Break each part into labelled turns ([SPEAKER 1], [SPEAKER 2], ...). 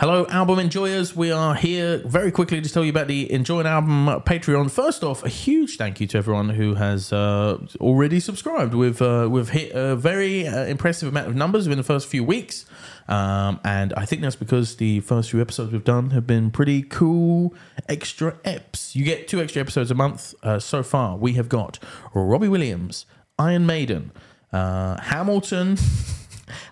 [SPEAKER 1] Hello, album enjoyers. We are here very quickly to tell you about the Enjoy an Album Patreon. First off, a huge thank you to everyone who has uh, already subscribed. We've uh, we've hit a very uh, impressive amount of numbers within the first few weeks, um, and I think that's because the first few episodes we've done have been pretty cool extra eps. You get two extra episodes a month uh, so far. We have got Robbie Williams, Iron Maiden, uh, Hamilton.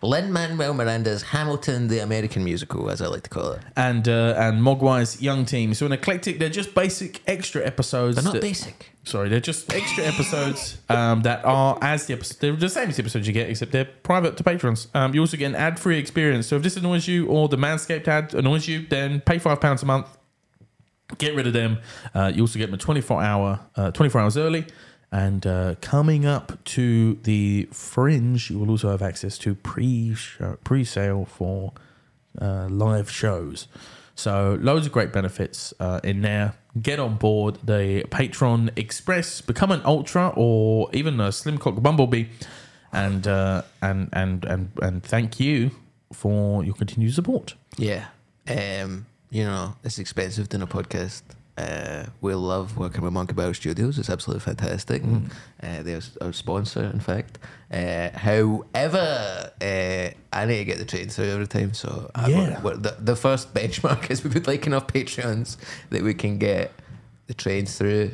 [SPEAKER 2] Lin Manuel Miranda's Hamilton, the American musical, as I like to call it.
[SPEAKER 1] and uh, and Mogwai's young team. So an eclectic. They're just basic extra episodes.
[SPEAKER 2] They're not
[SPEAKER 1] that-
[SPEAKER 2] basic.
[SPEAKER 1] Sorry, they're just extra episodes um, that are as the episode. They're the same as the episodes you get, except they're private to patrons. Um, you also get an ad-free experience. So if this annoys you or the Manscaped ad annoys you, then pay five pounds a month. Get rid of them. Uh, you also get them 24 hour, uh, 24 hours early. And uh, coming up to the Fringe, you will also have access to pre pre sale for uh, live shows. So loads of great benefits uh, in there. Get on board the Patreon Express, become an ultra or even a slim cock bumblebee, and uh, and and and and thank you for your continued support.
[SPEAKER 2] Yeah. Um, you know, it's expensive doing a podcast. Uh, we love working with Monkey Barrel Studios. It's absolutely fantastic.
[SPEAKER 1] Mm.
[SPEAKER 2] Uh, they're our sponsor, in fact. Uh, however, uh, I need to get the train through every time. So I-
[SPEAKER 1] Yeah.
[SPEAKER 2] we're- the, the first benchmark is we would like enough Patreons that we can get the trains through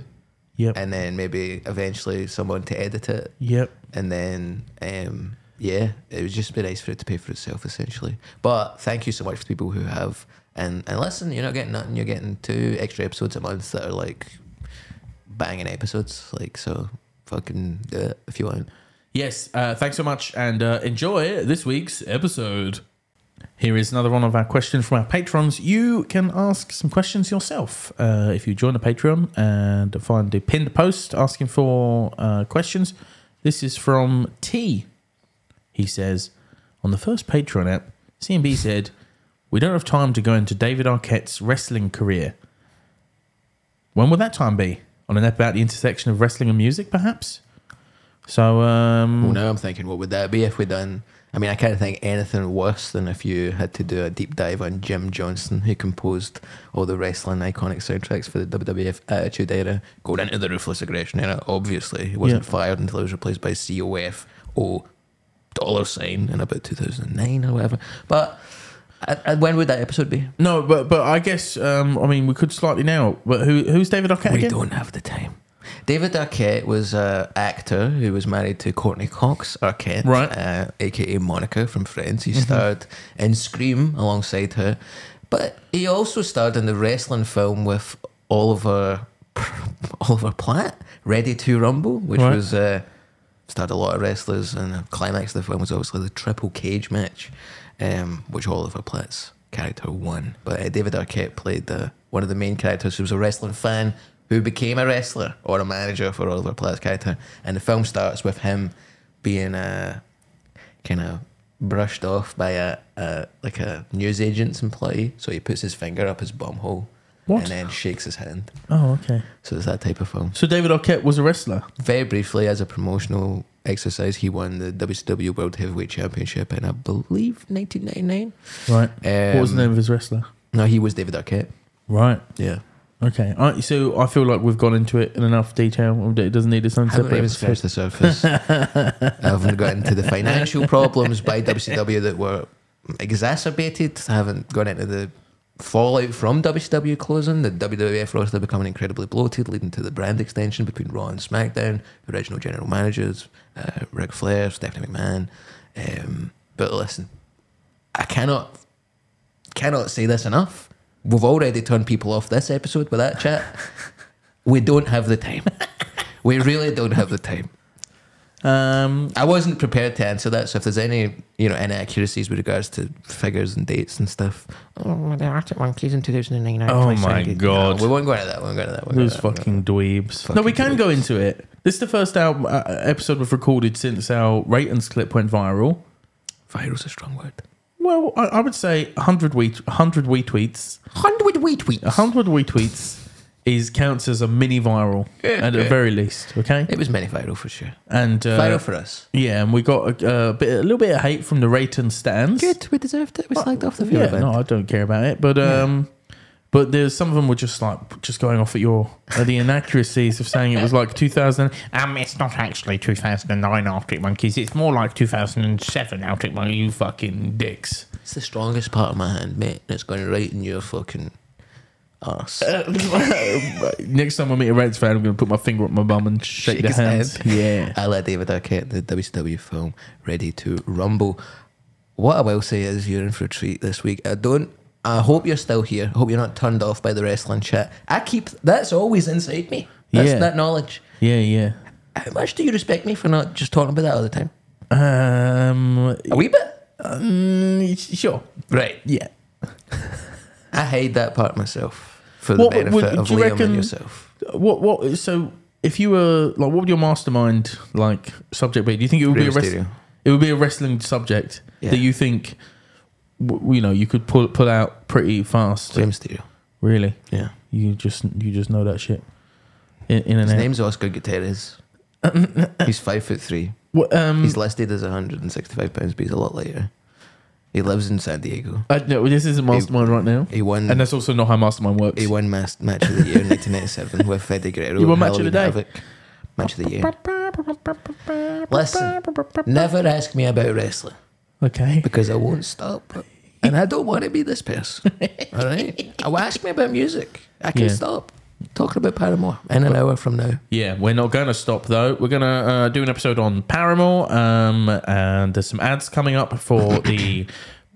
[SPEAKER 1] Yep.
[SPEAKER 2] and then maybe eventually someone to edit it.
[SPEAKER 1] yep.
[SPEAKER 2] and then um, yeah, it would just be nice for it to pay for itself essentially. But thank you so much for people who have and and listen, you're not getting nothing. You're getting two extra episodes a month that are like banging episodes. Like so, fucking do it if you want.
[SPEAKER 1] Yes. Uh, thanks so much, and uh, enjoy this week's episode. Here is another one of our questions from our patrons. You can ask some questions yourself uh, if you join the Patreon and find the pinned post asking for uh, questions. This is from T. He says, on the first Patreon app, CMB said, "We don't have time to go into David Arquette's wrestling career. When will that time be? On an app about the intersection of wrestling and music, perhaps." So, um,
[SPEAKER 2] Well, now I'm thinking, what would that be if we done? I mean, I can't think anything worse than if you had to do a deep dive on Jim Johnson, who composed all the wrestling iconic soundtracks for the WWF Attitude Era, going into the Ruthless Aggression Era. Obviously, he wasn't
[SPEAKER 1] Yeah.
[SPEAKER 2] fired until he was replaced by COF or Dollar Sign in about 2009 or whatever. But uh, uh, when would that episode be?
[SPEAKER 1] No, but but I guess um, I mean we could slightly now. But who who's David Arquette
[SPEAKER 2] We
[SPEAKER 1] again?
[SPEAKER 2] don't have the time. David Arquette was an actor who was married to Courtney Cox Arquette,
[SPEAKER 1] Right.
[SPEAKER 2] uh, aka Monica from Friends. He starred in Scream alongside her, but he also starred in the wrestling film with Oliver Oliver Platt, Ready to Rumble, which
[SPEAKER 1] Right.
[SPEAKER 2] was uh, starred a lot of wrestlers, and the climax of the film was obviously the triple cage match, um, which Oliver Platt's character won. But uh, David Arquette played the one of the main characters who was a wrestling fan who became a wrestler or a manager for Oliver Platt's character, and the film starts with him being uh, kind of brushed off by a, a like a newsagent's employee. So he puts his finger up his bum hole
[SPEAKER 1] What?
[SPEAKER 2] and then shakes his hand.
[SPEAKER 1] Oh, okay.
[SPEAKER 2] So it's that type of film
[SPEAKER 1] So David Arquette was a wrestler.
[SPEAKER 2] very briefly as a promotional exercise, he won the WCW World Heavyweight Championship in I believe 1999.
[SPEAKER 1] Right. what was
[SPEAKER 2] Um,
[SPEAKER 1] the name of his wrestler?
[SPEAKER 2] No, he was David Arquette.
[SPEAKER 1] Right.
[SPEAKER 2] Yeah,
[SPEAKER 1] Okay. I, so I feel like we've gone into it in enough detail. It doesn't need its own
[SPEAKER 2] haven't
[SPEAKER 1] separate
[SPEAKER 2] even
[SPEAKER 1] episode.
[SPEAKER 2] scratched the surface. I haven't got into the financial problems by WCW that were exacerbated. I haven't gone into the fallout from WCW closing, the WWF roster becoming incredibly bloated, leading to the brand extension between Raw and SmackDown, the original general managers, uh, Ric Flair, Stephanie McMahon. Um, but listen, I cannot cannot say this enough. We've already turned people off this episode with that chat. we don't have the time. We really don't have the time.
[SPEAKER 1] Um,
[SPEAKER 2] I wasn't prepared to answer that, so if there's any you know inaccuracies with regards to figures and dates and stuff,
[SPEAKER 3] Oh, well, the Arctic Monkeys in 2009.
[SPEAKER 1] Oh
[SPEAKER 3] actually
[SPEAKER 1] my
[SPEAKER 3] sounded-
[SPEAKER 1] God.
[SPEAKER 2] no, we won't go into that. We won't go into that. we won't
[SPEAKER 1] those
[SPEAKER 2] go into that.
[SPEAKER 1] fucking dweebs. no, we can
[SPEAKER 2] Fucking
[SPEAKER 1] go into it. This is the first album, uh, episode we've recorded since our ratings clip went viral.
[SPEAKER 2] Viral's a strong word.
[SPEAKER 1] Well, I, I would say 100 we, 100 we tweets.
[SPEAKER 2] Hundred wee tweets.
[SPEAKER 1] 100 retweets is counts as a mini viral at the very least. Okay,
[SPEAKER 2] It was many viral for sure.
[SPEAKER 1] and uh,
[SPEAKER 2] Viral for us.
[SPEAKER 1] yeah, and we got a, a bit, a little bit of hate from the Rayton stands.
[SPEAKER 2] Good, we deserved it. We slagged off the
[SPEAKER 1] Yeah,
[SPEAKER 2] field.
[SPEAKER 1] no, I don't care about it. But um, but there's some of them were just like just going off at your at the inaccuracies of saying it was like 2000.
[SPEAKER 4] Um, it's not actually 2009 Arctic Monkeys. It's more like 2007 Arctic Monkeys.
[SPEAKER 1] You fucking dicks.
[SPEAKER 2] It's the strongest part of my hand, mate, and it's going right in your fucking arse.
[SPEAKER 1] Next time I meet a Reds fan, I'm gonna put my finger up my bum and shake,
[SPEAKER 2] Shake
[SPEAKER 1] their
[SPEAKER 2] his
[SPEAKER 1] hands.
[SPEAKER 2] head.
[SPEAKER 1] Yeah.
[SPEAKER 2] I let David Arquette, the WCW film, ready to rumble. What I will say is you're in for a treat this week. I don't. I hope you're still here. I hope you're not turned off by the wrestling chat. I keep that's always inside me. That's
[SPEAKER 1] Yeah.
[SPEAKER 2] that knowledge.
[SPEAKER 1] Yeah, yeah.
[SPEAKER 2] How much do you respect me for not just talking about that all the time?
[SPEAKER 1] Um,
[SPEAKER 2] A wee bit.
[SPEAKER 1] um, sure.
[SPEAKER 2] Right.
[SPEAKER 1] Yeah.
[SPEAKER 2] I hide that part myself for
[SPEAKER 1] What
[SPEAKER 2] the benefit
[SPEAKER 1] would-
[SPEAKER 2] of
[SPEAKER 1] do you
[SPEAKER 2] Liam
[SPEAKER 1] reckon-
[SPEAKER 2] and yourself.
[SPEAKER 1] What? What? So, if you were like, what would your mastermind like subject be? Do you think it would be a
[SPEAKER 2] Rey
[SPEAKER 1] wrestling?
[SPEAKER 2] Mysterio.
[SPEAKER 1] It would be a wrestling subject
[SPEAKER 2] Yeah.
[SPEAKER 1] that you think, w- you know, you could pull pull out pretty fast.
[SPEAKER 2] Liam Mysterio.
[SPEAKER 1] Really,
[SPEAKER 2] Yeah.
[SPEAKER 1] you just you just know that shit. In, in and
[SPEAKER 2] His
[SPEAKER 1] out.
[SPEAKER 2] name's Oscar Gutierrez. he's five foot three.
[SPEAKER 1] What, um,
[SPEAKER 2] He's listed as 165 pounds, but he's a lot lighter. He lives in San Diego.
[SPEAKER 1] I, no, this isn't mastermind right now,
[SPEAKER 2] He won.
[SPEAKER 1] and that's also not how mastermind works.
[SPEAKER 2] Mm. he won mas- match of the year in 1997 with Eddie Guerrero.
[SPEAKER 1] He won
[SPEAKER 2] and
[SPEAKER 1] match of the
[SPEAKER 2] Halloween
[SPEAKER 1] day.
[SPEAKER 2] Havoc. Match of the year. Listen, never ask me about wrestling
[SPEAKER 1] Okay,
[SPEAKER 2] because I won't stop, and I don't want to be this person. All right. Oh, ask me about music. I can
[SPEAKER 1] Yeah.
[SPEAKER 2] stop talking about Paramore in an hour from now.
[SPEAKER 1] yeah, we're not going to stop though. We're going to uh, do an episode on Paramore, um, and there's some ads coming up for the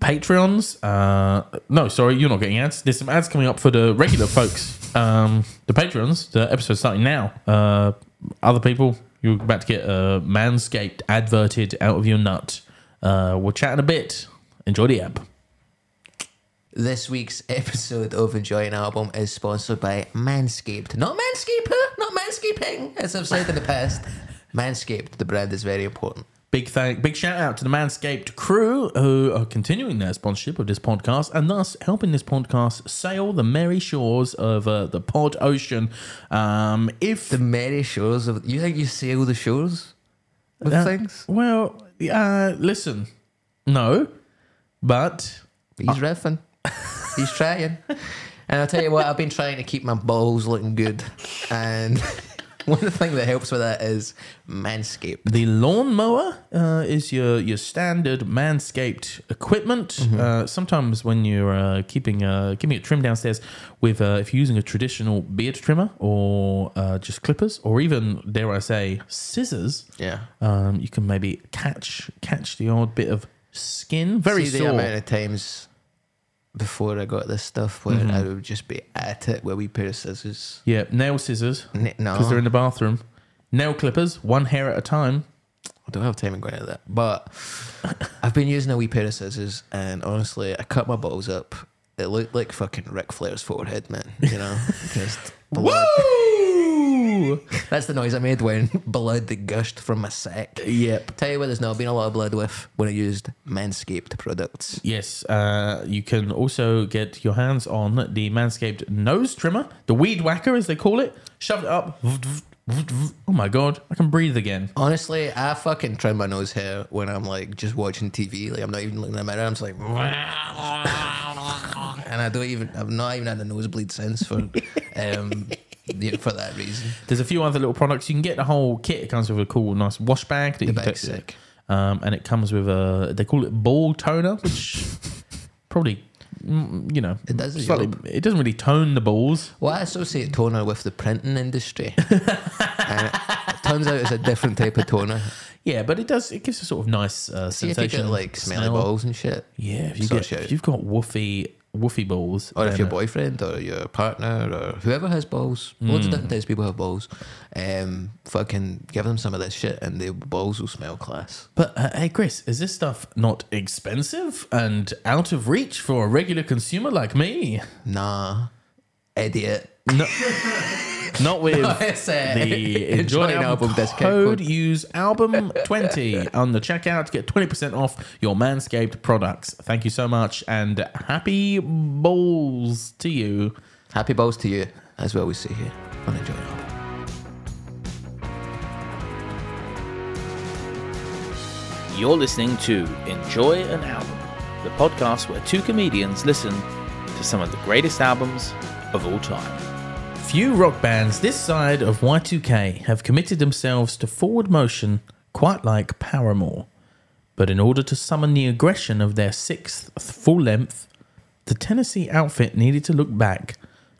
[SPEAKER 1] Patreons. Uh, no, sorry, you're not getting ads. There's some ads coming up for the regular folks, um, the Patreons. The episode's starting now. Uh, other people, you're about to get a manscaped adverted out of your nut. Uh, we'll chat in a bit. Enjoy the app.
[SPEAKER 2] This week's episode of Enjoy an Album is sponsored by Manscaped. Not Manscaper, not Manscaping, as I've said in the past. Manscaped, the brand is very important.
[SPEAKER 1] Big thank, big shout out to the Manscaped crew who are continuing their sponsorship of this podcast and thus helping this podcast sail the merry shores of uh, the pod ocean. Um, if
[SPEAKER 2] The merry shores of. You think you sail the shores with
[SPEAKER 1] uh,
[SPEAKER 2] things?
[SPEAKER 1] well, uh, listen, no, but
[SPEAKER 2] He's riffing. He's trying. And I'll tell you what, I've been trying to keep my balls looking good. And one thing that helps with that is Manscaped.
[SPEAKER 1] The lawnmower uh, is your your standard manscaped equipment. Uh, sometimes when you're uh, keeping uh, giving it trim downstairs with uh, if you're using a traditional beard trimmer or uh, just clippers or even dare I say scissors,
[SPEAKER 2] Yeah.
[SPEAKER 1] um, you can maybe catch catch the odd bit of skin. Very
[SPEAKER 2] See the
[SPEAKER 1] sore.
[SPEAKER 2] amount of times before I got this stuff where
[SPEAKER 1] Mm-hmm.
[SPEAKER 2] I would just be at it with a wee pair of scissors.
[SPEAKER 1] yeah, nail scissors
[SPEAKER 2] N- No,
[SPEAKER 1] because they're in the bathroom. Nail clippers, one hair at a time.
[SPEAKER 2] I don't have time in going into that. But I've been using a wee pair of scissors, and honestly, I cut my balls up. It looked like fucking Ric Flair's forehead, man. You know, just blood.
[SPEAKER 1] Woo!
[SPEAKER 2] That's the noise I made when blood gushed from my sack.
[SPEAKER 1] yep.
[SPEAKER 2] Tell you what, there's not been a lot of blood with when I used Manscaped products.
[SPEAKER 1] Yes, uh, you can also get your hands on the Manscaped nose trimmer, the weed whacker as they call it. Shove it up. Oh my god, I can breathe again.
[SPEAKER 2] Honestly, I fucking trim my nose hair when I'm like just watching TV. Like I'm not even looking in the mirror. I'm just like, and I don't even. I've not even had a nosebleed since for, um, yeah, for that reason.
[SPEAKER 1] There's a few other little products you can get. The whole kit it comes with a cool, nice wash bag that you can
[SPEAKER 2] bag's
[SPEAKER 1] take-
[SPEAKER 2] sick.
[SPEAKER 1] Um, and it comes with a they call it ball toner, which probably mm, you know
[SPEAKER 2] It does the
[SPEAKER 1] slightly-
[SPEAKER 2] job.
[SPEAKER 1] it doesn't really tone the balls.
[SPEAKER 2] Well, I associate toner with the printing industry. and it turns out it's a different type of toner.
[SPEAKER 1] Yeah, but it does. It gives a sort of nice uh,
[SPEAKER 2] See if you
[SPEAKER 1] sensation.
[SPEAKER 2] get like smelly
[SPEAKER 1] smell.
[SPEAKER 2] balls and shit.
[SPEAKER 1] Yeah, if, you
[SPEAKER 2] Sort
[SPEAKER 1] get,
[SPEAKER 2] of shit.
[SPEAKER 1] if you've got woofy woofy balls,
[SPEAKER 2] Or if
[SPEAKER 1] then,
[SPEAKER 2] your
[SPEAKER 1] uh,
[SPEAKER 2] boyfriend or your partner or whoever has balls, loads of different types of people have balls. Um, fucking give them some of this shit and their balls will smell class.
[SPEAKER 1] But uh, hey, Chris, is this stuff not expensive and out of reach for a regular consumer like me?
[SPEAKER 2] Nah, idiot.
[SPEAKER 1] Not with
[SPEAKER 2] It's, uh,
[SPEAKER 1] the Enjoy
[SPEAKER 2] an
[SPEAKER 1] Album, code. Use album twenty on the checkout to get twenty percent off your Manscaped products. Thank you so much, and happy balls to you.
[SPEAKER 2] Happy balls to you. That's what we see here on Enjoy Hub.
[SPEAKER 5] You're listening to Enjoy an Album, the podcast where two comedians listen to some of the greatest albums of all time.
[SPEAKER 1] Few rock bands this side of Y2K have committed themselves to forward motion quite like Paramore. But in order to summon the aggression of their sixth full length, the Tennessee outfit needed to look back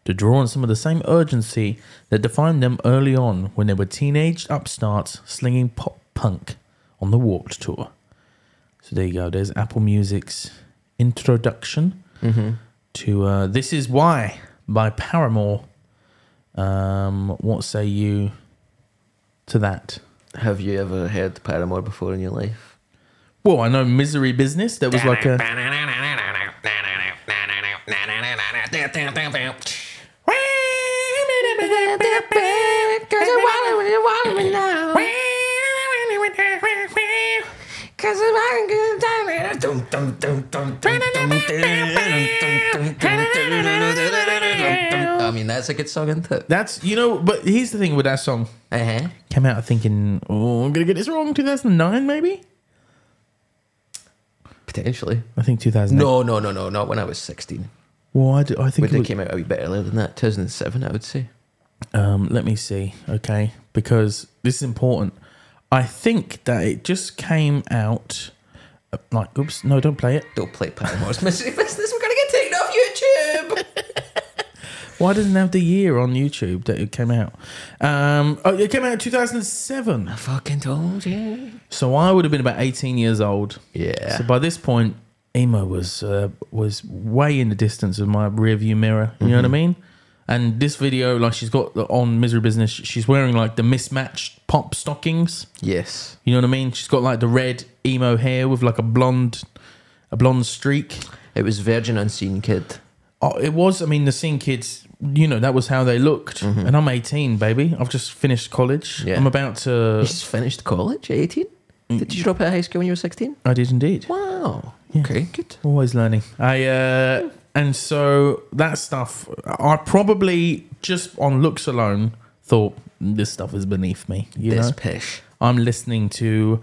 [SPEAKER 1] to draw on some of the same urgency that defined them early on when they were teenage upstarts slinging pop punk on the Warped Tour. So there you go, there's Apple Music's introduction to uh, This Is Why by Paramore. Um, what say you to that?
[SPEAKER 2] Have you ever heard Paramore before in your life?
[SPEAKER 1] Well, I know Misery Business. There was like a
[SPEAKER 2] I mean, that's a good song, isn't it?
[SPEAKER 1] that's you know. But here's the thing with that song.
[SPEAKER 2] Uh huh.
[SPEAKER 1] Came out thinking, oh, I'm gonna get this wrong. 2009, maybe.
[SPEAKER 2] Potentially.
[SPEAKER 1] I think 2009.
[SPEAKER 2] No, no, no, no, not when I was 16.
[SPEAKER 1] Well, I, do- I think
[SPEAKER 2] But
[SPEAKER 1] it
[SPEAKER 2] they
[SPEAKER 1] was,
[SPEAKER 2] came out a wee bit earlier than that, 2007, I would say.
[SPEAKER 1] um, let me see. Okay, because this is important. I think that it just came out. uh, Like, oops, no, don't play it.
[SPEAKER 2] Don't play Paramore's Mystery Business, we're going to get taken off YouTube!
[SPEAKER 1] Why doesn't it have the year on YouTube that it came out? Um, oh, it came out in 2007.
[SPEAKER 2] Fucking told you.
[SPEAKER 1] So I would have been about 18 years old.
[SPEAKER 2] Yeah.
[SPEAKER 1] So by this point, emo was uh, was way in the distance of my rearview mirror. You know
[SPEAKER 2] Mm-hmm.
[SPEAKER 1] what I mean? And this video, like she's got the- on Misery Business, she's wearing like the mismatched pop stockings.
[SPEAKER 2] Yes.
[SPEAKER 1] You know what I mean? She's got like the red emo hair with like a blonde, a blonde streak.
[SPEAKER 2] It was Virgin Unseen Kid.
[SPEAKER 1] Oh, it was. I mean, the scene kids, you know, that was how they looked. And I'm 18, baby. I've just finished college.
[SPEAKER 2] Mm-hmm. Yeah.
[SPEAKER 1] I'm about to.
[SPEAKER 2] You just finished college at 18?
[SPEAKER 1] Mm.
[SPEAKER 2] Did you drop out of high school when you were 16?
[SPEAKER 1] I did indeed.
[SPEAKER 2] Wow. Okay, good.
[SPEAKER 1] Always learning. I uh, and so that stuff. I probably just on looks alone thought this stuff is beneath me. You
[SPEAKER 2] This
[SPEAKER 1] know,
[SPEAKER 2] pish.
[SPEAKER 1] I'm listening to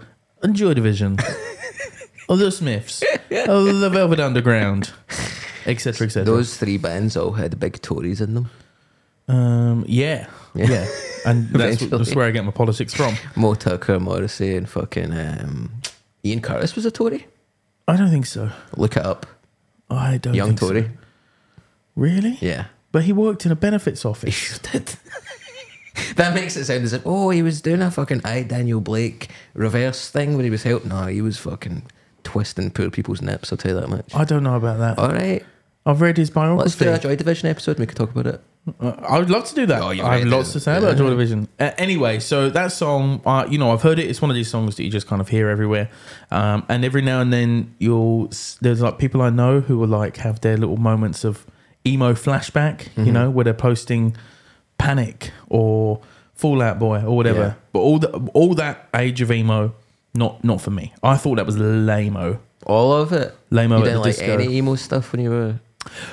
[SPEAKER 1] Joy Division, or the Smiths, or the Velvet Underground, etc., etc.
[SPEAKER 2] Those three bands all had big Tories in them.
[SPEAKER 1] um, yeah,
[SPEAKER 2] Yeah.
[SPEAKER 1] and that's,
[SPEAKER 2] Eventually.
[SPEAKER 1] that's where I get my politics from.
[SPEAKER 2] Mo Tucker, Morrissey, and fucking um, Ian Curtis was a Tory.
[SPEAKER 1] I don't think so.
[SPEAKER 2] Look it up.
[SPEAKER 1] I don't.
[SPEAKER 2] Young
[SPEAKER 1] think so.
[SPEAKER 2] Tory.
[SPEAKER 1] Really?
[SPEAKER 2] Yeah.
[SPEAKER 1] But he worked in a benefits office.
[SPEAKER 2] did. that makes it sound as if, oh, he was doing a fucking I, Daniel Blake reverse thing when he was helping. No, he was fucking twisting poor people's nips, I'll tell you that much.
[SPEAKER 1] I don't know about that.
[SPEAKER 2] All right.
[SPEAKER 1] I've read his biography.
[SPEAKER 2] Let's do a Joy Division episode and we could talk about it.
[SPEAKER 1] Uh, I would love to do that.
[SPEAKER 2] Oh, you're
[SPEAKER 1] I have
[SPEAKER 2] right,
[SPEAKER 1] lots
[SPEAKER 2] yeah.
[SPEAKER 1] to say about Joy Division. Uh, anyway, so that song, uh, you know, I've heard it. It's one of these songs that you just kind of hear everywhere. Um, and every now and then, you'll s- there's like people I know who will like have their little moments of emo flashback.
[SPEAKER 2] Mm-hmm.
[SPEAKER 1] You know, where they're posting Panic or Fallout Boy or whatever.
[SPEAKER 2] Yeah.
[SPEAKER 1] But all the all that age of emo, not not for me. I thought that was lameo.
[SPEAKER 2] All of it.
[SPEAKER 1] Lame-o
[SPEAKER 2] you
[SPEAKER 1] at the
[SPEAKER 2] didn't like
[SPEAKER 1] disco.
[SPEAKER 2] any emo stuff when you were.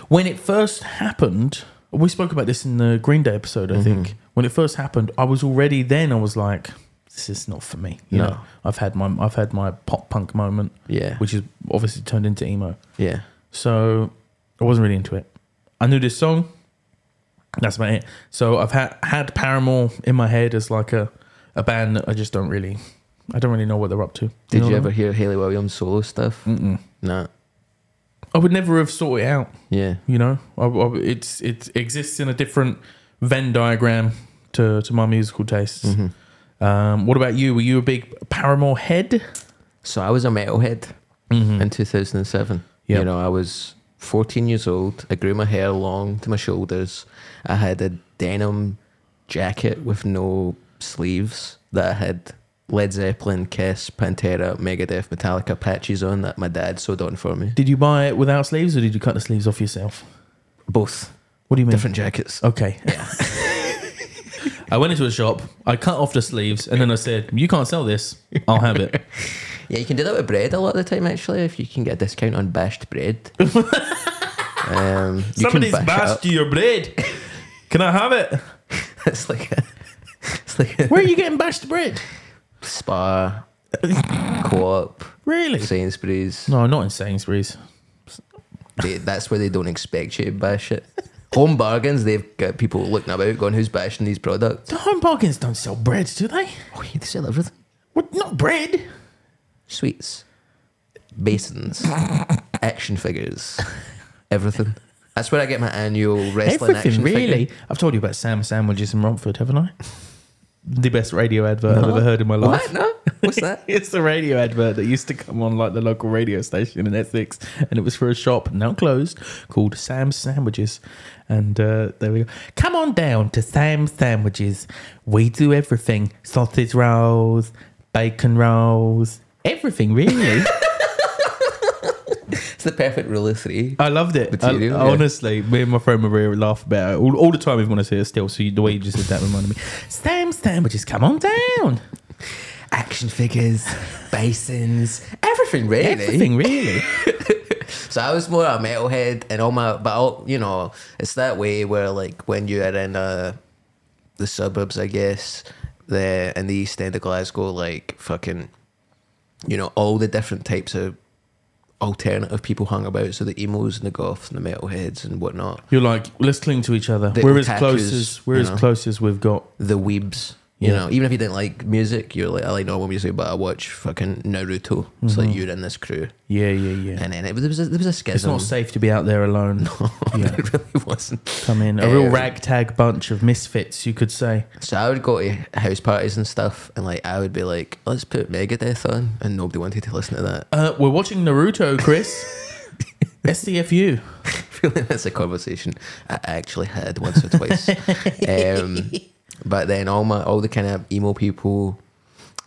[SPEAKER 1] when it first happened, we spoke about this in the Green Day episode,
[SPEAKER 2] Mm-hmm.
[SPEAKER 1] I think. When it first happened, I was already then I was like, this is not for me. You
[SPEAKER 2] No.
[SPEAKER 1] know, I've had my I've had my pop punk moment,
[SPEAKER 2] Yeah.
[SPEAKER 1] which is obviously turned into emo.
[SPEAKER 2] yeah.
[SPEAKER 1] So I wasn't really into it. I knew this song. That's about it. So I've had had Paramore in my head as like a a band that I just don't really I don't really know what they're up to.
[SPEAKER 2] Did
[SPEAKER 1] know what
[SPEAKER 2] you,
[SPEAKER 1] I
[SPEAKER 2] ever
[SPEAKER 1] mean? Mm.
[SPEAKER 2] hear Haley Williams solo stuff? Mm-mm. Nah.
[SPEAKER 1] I would never have sought it out.
[SPEAKER 2] Yeah.
[SPEAKER 1] you know I, I, it's it exists in a different venn diagram to, to my musical tastes um, what about you were you a big paramore head
[SPEAKER 2] So I was a metalhead in 2007.
[SPEAKER 1] Mm-hmm. Yep.
[SPEAKER 2] You know, I was 14 years old. I grew my hair long to my shoulders. I had a denim jacket with no sleeves that I had Led Zeppelin, Kiss, Pantera, Megadeth, Metallica patches on that my dad sewed on for me.
[SPEAKER 1] did you buy it without sleeves or did you cut the sleeves off yourself
[SPEAKER 2] Both
[SPEAKER 1] what do you mean
[SPEAKER 2] different jackets.
[SPEAKER 1] okay i went into a shop i cut off the sleeves and then i said you can't sell this i'll have it
[SPEAKER 2] Yeah, you can do that with bread a lot of the time, actually, if you can get a discount on bashed bread. um, you can
[SPEAKER 1] somebody's
[SPEAKER 2] bash it up.
[SPEAKER 1] bashed your bread Can I have it?
[SPEAKER 2] It's like a, it's like a
[SPEAKER 1] Where are you getting bashed bread?
[SPEAKER 2] spa, co-op,
[SPEAKER 1] Really?
[SPEAKER 2] Sainsbury's.
[SPEAKER 1] No, not in Sainsbury's.
[SPEAKER 2] They, that's where they don't expect you to bash it. Home bargains, they've got people looking about going, who's bashing these products?
[SPEAKER 1] The home bargains don't sell bread, do they?
[SPEAKER 2] Oh, yeah, they sell everything.
[SPEAKER 1] What? Not bread.
[SPEAKER 2] Sweets, basins, action figures, everything. That's where I get my annual wrestling
[SPEAKER 1] Everything
[SPEAKER 2] action figure.
[SPEAKER 1] really. I've told you about Sam sandwiches in Romford, haven't I? The best radio advert I've ever heard in my life.
[SPEAKER 2] What? No? What's that?
[SPEAKER 1] It's the radio advert that used to come on like the local radio station in Essex, and it was for a shop now closed called Sam's Sandwiches. And uh, there we go. Come on down to Sam's Sandwiches. We do everything: sausage rolls, bacon rolls, everything really.
[SPEAKER 2] It's the perfect rule of three.
[SPEAKER 1] I loved it. I,
[SPEAKER 2] Material, yeah.
[SPEAKER 1] Honestly, me and my friend Maria laugh about it all, all the time. If you want to see it still, so you, the way you just did that reminded me. Sam's Sandwiches. Come on down.
[SPEAKER 2] Action figures, basins, everything really.
[SPEAKER 1] Everything really.
[SPEAKER 2] So I was more a metalhead and all my, but all, you know, it's that way where like when you are in uh, the suburbs, I guess, the in the east end of Glasgow, like fucking, you know, all the different types of alternative people hung about. So the emos and the goths and the metalheads and whatnot,
[SPEAKER 1] You're like, let's cling to each other.
[SPEAKER 2] The
[SPEAKER 1] we're as
[SPEAKER 2] otakus,
[SPEAKER 1] close as we're
[SPEAKER 2] you
[SPEAKER 1] as
[SPEAKER 2] know.
[SPEAKER 1] close as we've got.
[SPEAKER 2] the weebs. You
[SPEAKER 1] Yeah.
[SPEAKER 2] know, even if you didn't like music, you're like, I like normal music, but I watch fucking Naruto. It's like you're in this crew.
[SPEAKER 1] Yeah, yeah, yeah.
[SPEAKER 2] And um, then it was, there was a, there was a schism.
[SPEAKER 1] Mm-hmm. It's not safe to be out there alone. Yeah.
[SPEAKER 2] it really wasn't.
[SPEAKER 1] Come in, a real
[SPEAKER 2] Um,
[SPEAKER 1] ragtag bunch of misfits, you could say.
[SPEAKER 2] So I would go to house parties and stuff, and like I would be like, "Let's put Megadeth on," and nobody wanted to listen to that.
[SPEAKER 1] Uh, we're watching Naruto, Chris. SDFU.
[SPEAKER 2] I feel like that's a conversation I actually had once or twice. um, but then all my all the kind of emo people,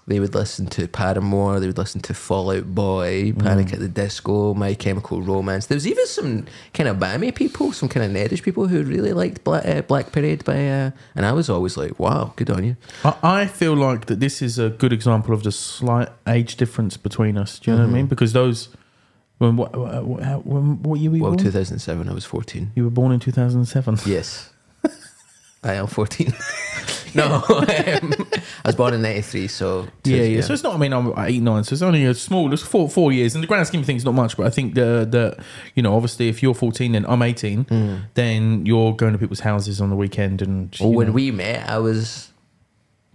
[SPEAKER 2] they would listen to Paramore, they would listen to Fallout Boy, Panic at the Disco, My Chemical Romance. There was even some kind of bammy people, some kind of nerdish people who really liked Black, uh, Black Parade by, uh, and I was always like, "Wow, good on you."
[SPEAKER 1] I, I feel like that this is a good example of the slight age difference between us. Do you know what I
[SPEAKER 2] Mm-hmm.
[SPEAKER 1] mean? Because those, when what, what, how- when, what year were you
[SPEAKER 2] Well,
[SPEAKER 1] born?
[SPEAKER 2] 2007, I was 14.
[SPEAKER 1] you were born in two thousand and seven.
[SPEAKER 2] Yes. I am 14. no, um, I was born in 93, so.
[SPEAKER 1] Yeah, yeah. So it's not. I mean, I'm eight nine, so it's only a small. It's four four years in the grand scheme of things, not much. But I think the that you know, obviously, if you're fourteen and I'm eighteen,
[SPEAKER 2] Mm.
[SPEAKER 1] then you're going to people's houses on the weekend and.
[SPEAKER 2] Well,
[SPEAKER 1] you
[SPEAKER 2] when
[SPEAKER 1] know-
[SPEAKER 2] we met, I was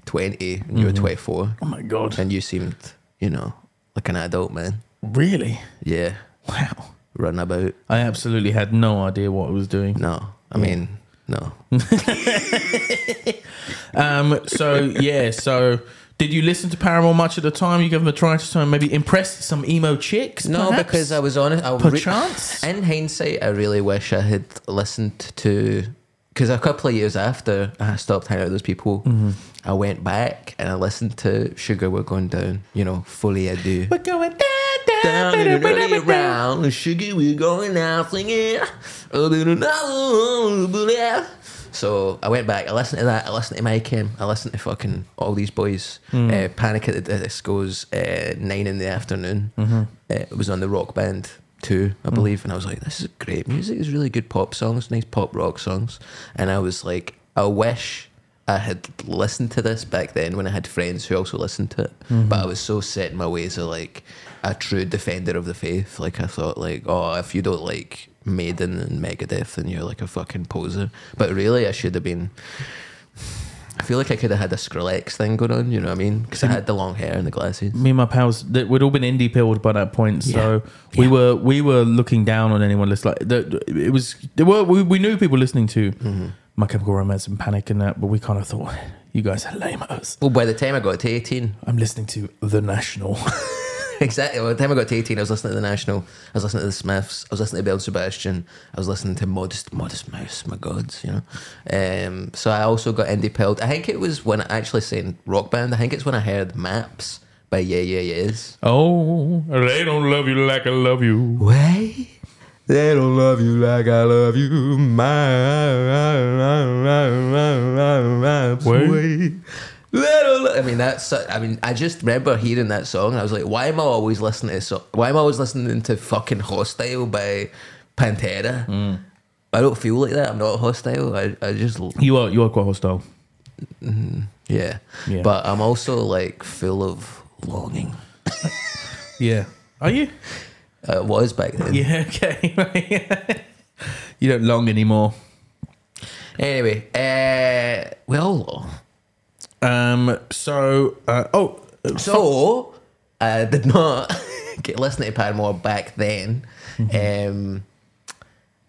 [SPEAKER 2] 20 and you were 24,
[SPEAKER 1] oh my god!
[SPEAKER 2] and you seemed, you know, like an adult man.
[SPEAKER 1] Really?
[SPEAKER 2] Yeah,
[SPEAKER 1] Wow!
[SPEAKER 2] run about.
[SPEAKER 1] I absolutely had no idea what I was doing.
[SPEAKER 2] No, I mean, no.
[SPEAKER 1] Um. So yeah. So. Did you listen to Paramore much at the time? You gave them a try to time, maybe impress some emo chicks?
[SPEAKER 2] No,
[SPEAKER 1] perhaps?
[SPEAKER 2] because I was honest. I re-
[SPEAKER 1] Perchance?
[SPEAKER 2] in hindsight, I really wish I had listened to. Because a couple of years after I stopped hanging out with those people, I went back and I listened to "Sugar We're Going Down." You know, fully I do.
[SPEAKER 1] we're going
[SPEAKER 2] Down and really
[SPEAKER 1] down.
[SPEAKER 2] around, sugar we're going out singing. So I went back. I listened to that. I listened to my Kim. I listened to fucking all these boys. Uh, Panic at the Disco's uh, nine in the afternoon. Uh, it was on the Rock Band too, I believe. And I was like, this is great music. It's really good pop songs, nice pop rock songs. And I was like, I wish I had listened to this back then when I had friends who also listened to it. But I was so set in my ways of like a true defender of the faith. Like I thought, like, oh, if you don't like Maiden and Megadeth, then you're like a fucking poser. But really, I should have been. I feel like I could have had a Skrillex thing going on. You know what I mean? Because I had the long hair and the glasses.
[SPEAKER 1] me and my pals that we'd all been indie pilled by that point so we were we were looking down on anyone that's like the, it was there were we, we knew people listening to
[SPEAKER 2] Mm-hmm.
[SPEAKER 1] my chemical romance and panic and that but we kind of thought you guys are lame us
[SPEAKER 2] Well, by the time I got to 18,
[SPEAKER 1] i'm listening to the national
[SPEAKER 2] exactly. By the time I got to 18, I was listening to The National, I was listening to The Smiths, I was listening to Bell and Sebastian, I was listening to Modest Modest Mouse, my gods, you know. Um, so I also got indie pilled. I think it was when I actually saying rock band, I think it's when I heard Maps by Yeah Yeah Yeahs.
[SPEAKER 1] oh they don't love you like i love you
[SPEAKER 2] Way? They don't love you like I love you. My way. Little, I mean that's. su- I mean, I just remember hearing that song. And I was like, why am I always listening to? So- why am I always listening to fucking "Hostile" by Pantera? I don't feel like that. I'm not hostile. I, I just
[SPEAKER 1] You are you are quite hostile.
[SPEAKER 2] yeah.
[SPEAKER 1] Yeah.
[SPEAKER 2] But I'm also like full of longing.
[SPEAKER 1] Yeah. Are you?
[SPEAKER 2] I was back then.
[SPEAKER 1] Yeah. Okay. you don't long anymore.
[SPEAKER 2] Anyway, uh, we all long.
[SPEAKER 1] Um. So. Uh, oh.
[SPEAKER 2] So I did not get listening to Paramore back then. Um,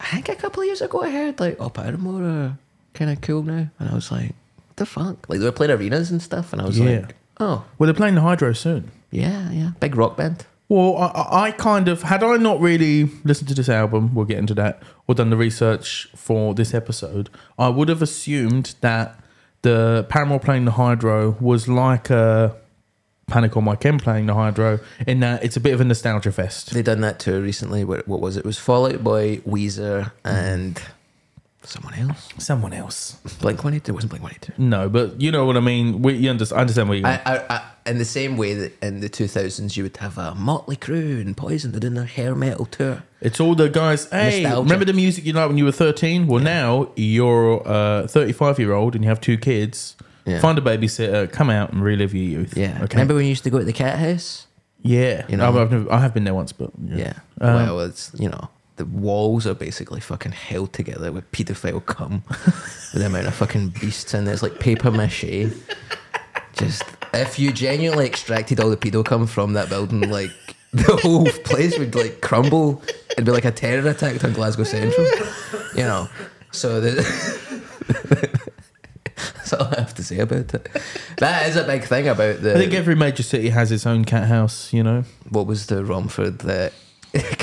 [SPEAKER 2] I think a couple of years ago, I heard like, "Oh, Paramore are kind of cool now," and I was like, "What the fuck?" Like they were playing arenas and stuff, and I was
[SPEAKER 1] Yeah.
[SPEAKER 2] like, "Oh,
[SPEAKER 1] Well, they're playing the Hydro soon.
[SPEAKER 2] yeah, yeah, big rock band."
[SPEAKER 1] Well, I- I, I kind of had I not really listened to this album, we'll get into that, or done the research for this episode, I would have assumed that the Paramore playing the Hydro was like a Panic on My Chem playing the Hydro, in that it's a bit of a nostalgia fest.
[SPEAKER 2] They done that tour recently. What, what was it? It was Fallout Boy, Weezer, and someone else.
[SPEAKER 1] Someone else,
[SPEAKER 2] Blink One Eight Two. Wasn't Blink One Eight Two.
[SPEAKER 1] no, but you know what I mean. We you understand, I understand what you.
[SPEAKER 2] I, I, I, in the same way that in the 2000s you would have a Motley Crue and Poison, they're doing their hair metal tour.
[SPEAKER 1] It's all the guys. Hey,
[SPEAKER 2] Nostalgia.
[SPEAKER 1] remember the music you liked when you were thirteen? Well, now you're a thirty-five year old and you have two kids.
[SPEAKER 2] Yeah.
[SPEAKER 1] Find a babysitter, come out and relive your youth.
[SPEAKER 2] Yeah.
[SPEAKER 1] Okay.
[SPEAKER 2] Remember when you used to go to the cat house?
[SPEAKER 1] yeah.
[SPEAKER 2] You know?
[SPEAKER 1] I've, I've never, I have been there once, but yeah. Um,
[SPEAKER 2] Yeah. well, it's, you know, the walls are basically fucking held together with paedophile cum, with the amount of fucking beasts in there. It's like paper mache. Just, if you genuinely extracted all the pedo cum from that building, like, the whole place would like crumble. It'd be like a terror attack on Glasgow Central, you know. So the, that's all I have to say about it. That is a big thing about the.
[SPEAKER 1] I think every major city has its own cat house. You know,
[SPEAKER 2] what was the Romford that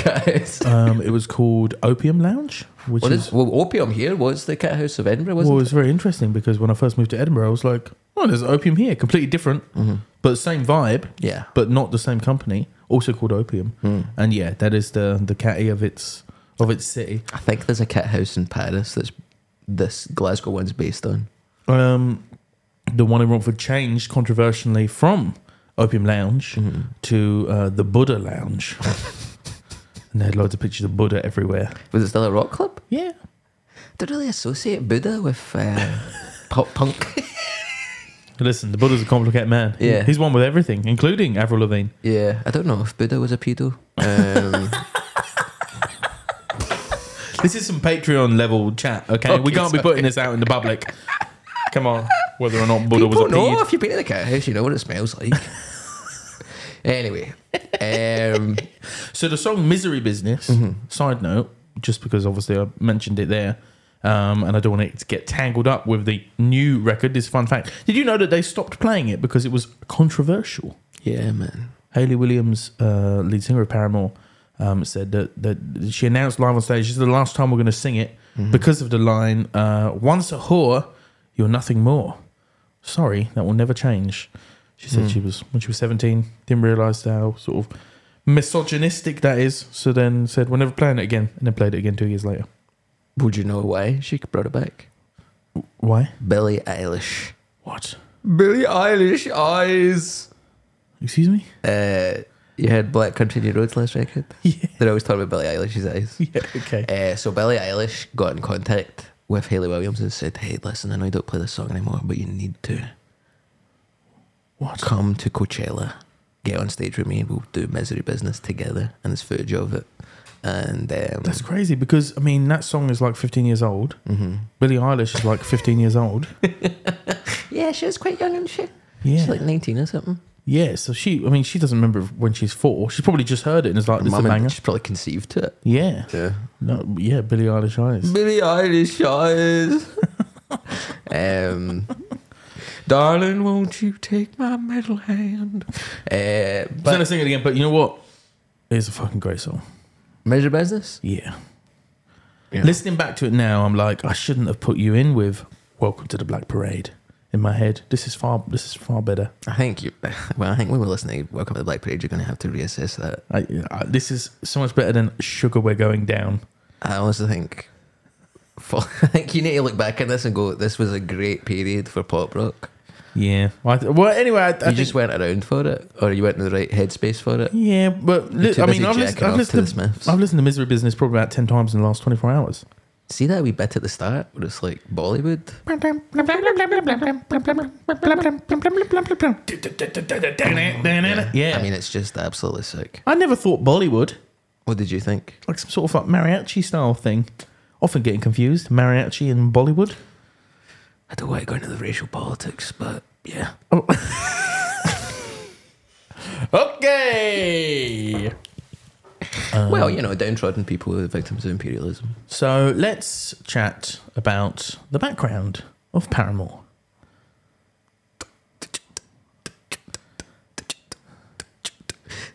[SPEAKER 2] guys?
[SPEAKER 1] um, it was called Opium Lounge, which
[SPEAKER 2] Well,
[SPEAKER 1] is
[SPEAKER 2] this, well, opium here was the cat house of Edinburgh,
[SPEAKER 1] well,
[SPEAKER 2] wasn't
[SPEAKER 1] it was very interesting because when I first moved to Edinburgh, I was like, oh, there's opium here, completely different,
[SPEAKER 2] Mm-hmm.
[SPEAKER 1] but same vibe.
[SPEAKER 2] it? Yeah.
[SPEAKER 1] but not the same company, also called Opium.
[SPEAKER 2] Hmm.
[SPEAKER 1] And yeah, that is the the catty of its of its city.
[SPEAKER 2] I think there's a cat house in Paris that's this Glasgow one's based on.
[SPEAKER 1] Um, the one in Romford changed controversially from Opium Lounge
[SPEAKER 2] Mm-hmm.
[SPEAKER 1] to uh, the Buddha Lounge. and they had loads of pictures of Buddha everywhere.
[SPEAKER 2] Was it still a rock club?
[SPEAKER 1] Yeah.
[SPEAKER 2] Don't really associate Buddha with uh, pop punk.
[SPEAKER 1] Listen, the Buddha's a complicated man.
[SPEAKER 2] Yeah.
[SPEAKER 1] He's one with everything, including Avril Lavigne.
[SPEAKER 2] yeah, I don't know if Buddha was a pedo. Um,
[SPEAKER 1] This is some Patreon level chat, okay? we
[SPEAKER 2] Okay,
[SPEAKER 1] can't be
[SPEAKER 2] sorry.
[SPEAKER 1] putting this out in the public. Come on. Whether or not Buddha
[SPEAKER 2] people
[SPEAKER 1] was a
[SPEAKER 2] know
[SPEAKER 1] pedo.
[SPEAKER 2] if you've been to the cat house, you know what it smells like. anyway, um,
[SPEAKER 1] So the song "Misery Business." Side note, just because obviously I mentioned it there, um, and I don't want it to get tangled up with the new record. This fun fact: Did you know that they stopped playing it because it was controversial?
[SPEAKER 2] yeah, man.
[SPEAKER 1] Haley Williams, uh, lead singer of Paramore, um, said that, that she announced live on stage, "This is the last time we're going to sing it because of the line, uh, once a whore, you're nothing more. Sorry, that will never change." She said she was when she was 17, didn't realize how sort of misogynistic that is. So then said, "We're never playing it again," and then played it again two years later.
[SPEAKER 2] Would you know why she brought it back?
[SPEAKER 1] Why?
[SPEAKER 2] Billie Eilish.
[SPEAKER 1] What?
[SPEAKER 2] Billie Eilish eyes.
[SPEAKER 1] Excuse me?
[SPEAKER 2] Uh, you heard Black Country New Roads last record?
[SPEAKER 1] Yeah.
[SPEAKER 2] They're always talking about Billie Eilish's eyes.
[SPEAKER 1] Yeah. Okay.
[SPEAKER 2] Uh, so Billie Eilish got in contact with Haley Williams and said, Hey, listen, I know you don't play this song anymore, but you need to.
[SPEAKER 1] What?
[SPEAKER 2] Come to Coachella, get on stage with me, and we'll do Misery Business together. And there's footage of it. And um,
[SPEAKER 1] That's crazy because I mean that song is like 15 years old.
[SPEAKER 2] mhm.
[SPEAKER 1] Billie Eilish is like 15 years old.
[SPEAKER 2] yeah, she was quite young, and she?
[SPEAKER 1] Yeah.
[SPEAKER 2] She's like 19 or something.
[SPEAKER 1] Yeah, so she, I mean, she doesn't remember when she's four. She's probably just heard it and is like, this is a
[SPEAKER 2] Mum
[SPEAKER 1] banger.
[SPEAKER 2] and she's probably conceived to it.
[SPEAKER 1] Yeah.
[SPEAKER 2] Yeah.
[SPEAKER 1] No, yeah, Billie Eilish Eyes.
[SPEAKER 2] Billy Eilish eyes. um, darling, won't you take my middle hand? Uh,
[SPEAKER 1] I'm going to
[SPEAKER 2] but
[SPEAKER 1] sing it again, but you know what? It's a fucking great song.
[SPEAKER 2] measure business.
[SPEAKER 1] Yeah.
[SPEAKER 2] Yeah.
[SPEAKER 1] Listening back to it now, I'm like, I shouldn't have put you in with Welcome to the Black Parade in my head. This is far, this is far better.
[SPEAKER 2] I think you. Well, I think when we're listening, to Welcome to the Black Parade, you're going to have to reassess that.
[SPEAKER 1] I, I, this is so much better than Sugar We're Going Down.
[SPEAKER 2] I honestly think. for- I think you need to look back at this and go. This was a great period for pop rock.
[SPEAKER 1] Yeah. Well, I th- well anyway, I, I
[SPEAKER 2] You
[SPEAKER 1] think,
[SPEAKER 2] just went around for it, or you went in the right headspace for it.
[SPEAKER 1] yeah, but li-
[SPEAKER 2] too
[SPEAKER 1] I mean,
[SPEAKER 2] busy
[SPEAKER 1] I've, lis-
[SPEAKER 2] jacking
[SPEAKER 1] I've
[SPEAKER 2] off to
[SPEAKER 1] listened
[SPEAKER 2] the Smiths.
[SPEAKER 1] I've listened to Misery Business probably about 10 times in the last 24 hours.
[SPEAKER 2] See that wee bit at the start where it's like Bollywood?
[SPEAKER 1] Yeah.
[SPEAKER 2] I mean, it's just absolutely sick.
[SPEAKER 1] I never thought Bollywood,
[SPEAKER 2] What did you think?
[SPEAKER 1] like some sort of like mariachi style thing. Often getting confused, mariachi and Bollywood.
[SPEAKER 2] I don't want to go into the racial politics, but yeah.
[SPEAKER 1] Okay.
[SPEAKER 2] Oh, well, you know, downtrodden people are the victims of imperialism.
[SPEAKER 1] So let's chat about the background of Paramore.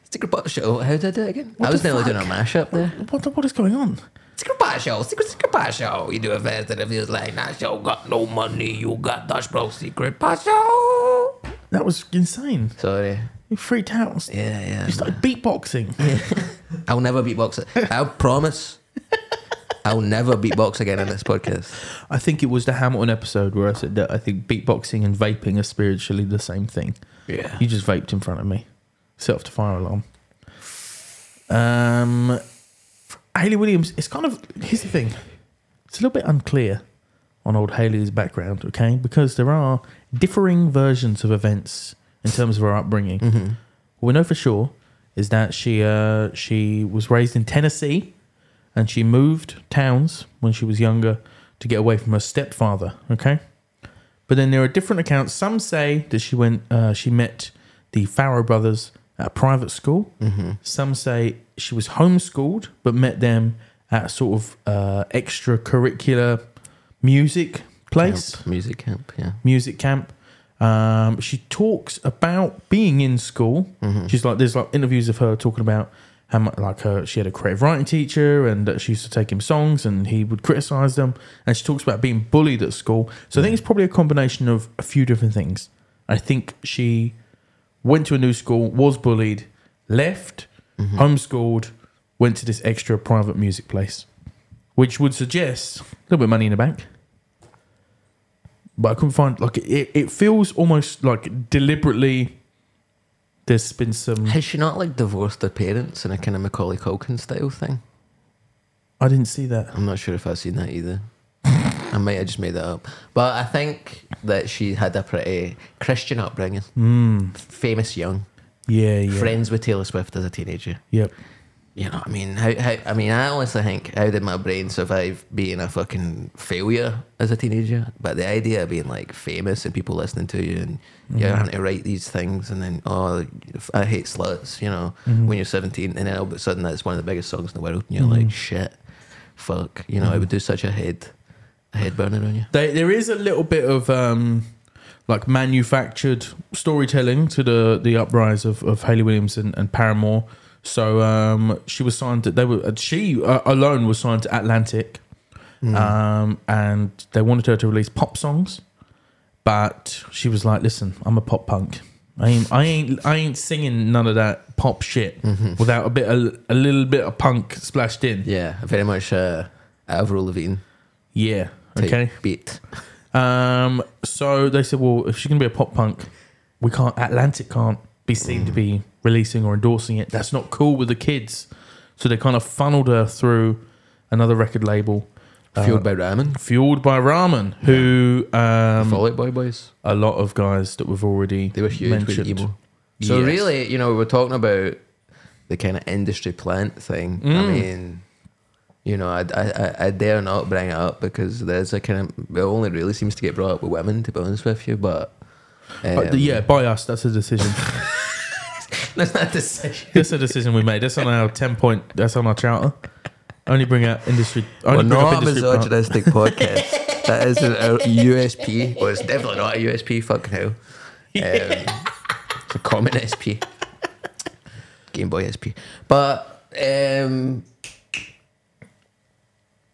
[SPEAKER 2] Secret Bot Show. How did I do it again? I was nearly doing a mashup there.
[SPEAKER 1] What, what is going on?
[SPEAKER 2] Secret Bot Show. Secret Secret Bot Show. You do a fast and it feels like that show got no money. You got Dutch Bro Secret Bot Show.
[SPEAKER 1] That was insane.
[SPEAKER 2] Sorry.
[SPEAKER 1] You freaked out.
[SPEAKER 2] Yeah, yeah.
[SPEAKER 1] You started beatboxing.
[SPEAKER 2] I'll never beatbox. it. I promise. I'll never beatbox again in this podcast.
[SPEAKER 1] I think it was the Hamilton episode where I said that I think beatboxing and vaping are spiritually the same thing.
[SPEAKER 2] Yeah.
[SPEAKER 1] You just vaped in front of me. Set off the fire alarm. Um, Haley Williams, it's kind of, here's the thing. It's a little bit unclear on old Haley's background, okay? Because there are differing versions of events in terms of her upbringing.
[SPEAKER 2] Mm-hmm.
[SPEAKER 1] What we know for sure is that she, uh, she was raised in Tennessee and she moved towns when she was younger to get away from her stepfather, okay? But then there are different accounts. Some say that she went, uh, she met the Farrow brothers at a private school. Some say she was homeschooled, but met them at a sort of uh, extracurricular music place,
[SPEAKER 2] Camp, music camp, yeah.
[SPEAKER 1] music camp. Um, she talks about being in school. She's like, there's like interviews of her talking about how much like her she had a creative writing teacher and that she used to take him songs and he would criticize them. And she talks about being bullied at school. So I think it's probably a combination of a few different things. I think she went to a new school, was bullied, left, homeschooled, went to this extra private music place, which would suggest a little bit of money in the bank but I couldn't find like it. It feels almost like deliberately. There's been some.
[SPEAKER 2] Has she not like divorced her parents in a kind of Macaulay Culkin style thing?
[SPEAKER 1] I didn't see that.
[SPEAKER 2] I'm not sure if I've seen that either. I might have just made that up. But I think that she had a pretty Christian upbringing. Mm. Famous young.
[SPEAKER 1] Yeah, yeah,
[SPEAKER 2] Friends with Taylor Swift as a teenager.
[SPEAKER 1] yep.
[SPEAKER 2] You know, I mean, how, how, I mean, I honestly think how did my brain survive being a fucking failure as a teenager? But the idea of being like famous and people listening to you and you're having to write these things and then oh, I hate sluts, you know, when you're 17, and then all of a sudden that's one of the biggest songs in the world, and you're like, shit, fuck, you know, it would do such a head, a head burner on you.
[SPEAKER 1] They, there is a little bit of um, like manufactured storytelling to the the uprise of, of Haley Williams and, and Paramore. So um, she was signed. They were she uh, alone was signed to Atlantic, um, and they wanted her to release pop songs, but she was like, "Listen, I'm a pop punk. I ain't, I ain't, I ain't singing none of that pop shit without a bit, of, a little bit of punk splashed in."
[SPEAKER 2] Yeah, very much uh, Avril Lavigne
[SPEAKER 1] Yeah.
[SPEAKER 2] type
[SPEAKER 1] Okay.
[SPEAKER 2] beat.
[SPEAKER 1] Um, so they said, well, if she's going to be a pop punk, we can't. Atlantic can't be seen to be releasing or endorsing it. That's not cool with the kids. So they kind of funneled her through another record label, uh,
[SPEAKER 2] Fueled by ramen,
[SPEAKER 1] fueled by Ramen, who um,
[SPEAKER 2] Fall Out Boy boys.
[SPEAKER 1] a lot of guys that we've already
[SPEAKER 2] They were huge
[SPEAKER 1] mentioned.
[SPEAKER 2] with emo. So
[SPEAKER 1] Yes.
[SPEAKER 2] really, you know, we're talking about the kind of industry plant thing.
[SPEAKER 1] Mm.
[SPEAKER 2] I mean, you know, I, I I- I dare not bring it up because there's a kind of it only really seems to get brought up with women, to be honest with you. But um,
[SPEAKER 1] But Uh, yeah, by us, that's a decision.
[SPEAKER 2] that's not a decision.
[SPEAKER 1] that's a decision we made. That's on our ten point. That's on our charter. Only bring out industry. Only
[SPEAKER 2] We're
[SPEAKER 1] bring up
[SPEAKER 2] not a
[SPEAKER 1] industry plant.
[SPEAKER 2] misogynistic podcast. That isn't our USP. Well, it's definitely not a USP. Fucking hell. Um, It's a common SP. Game Boy SP. But, um,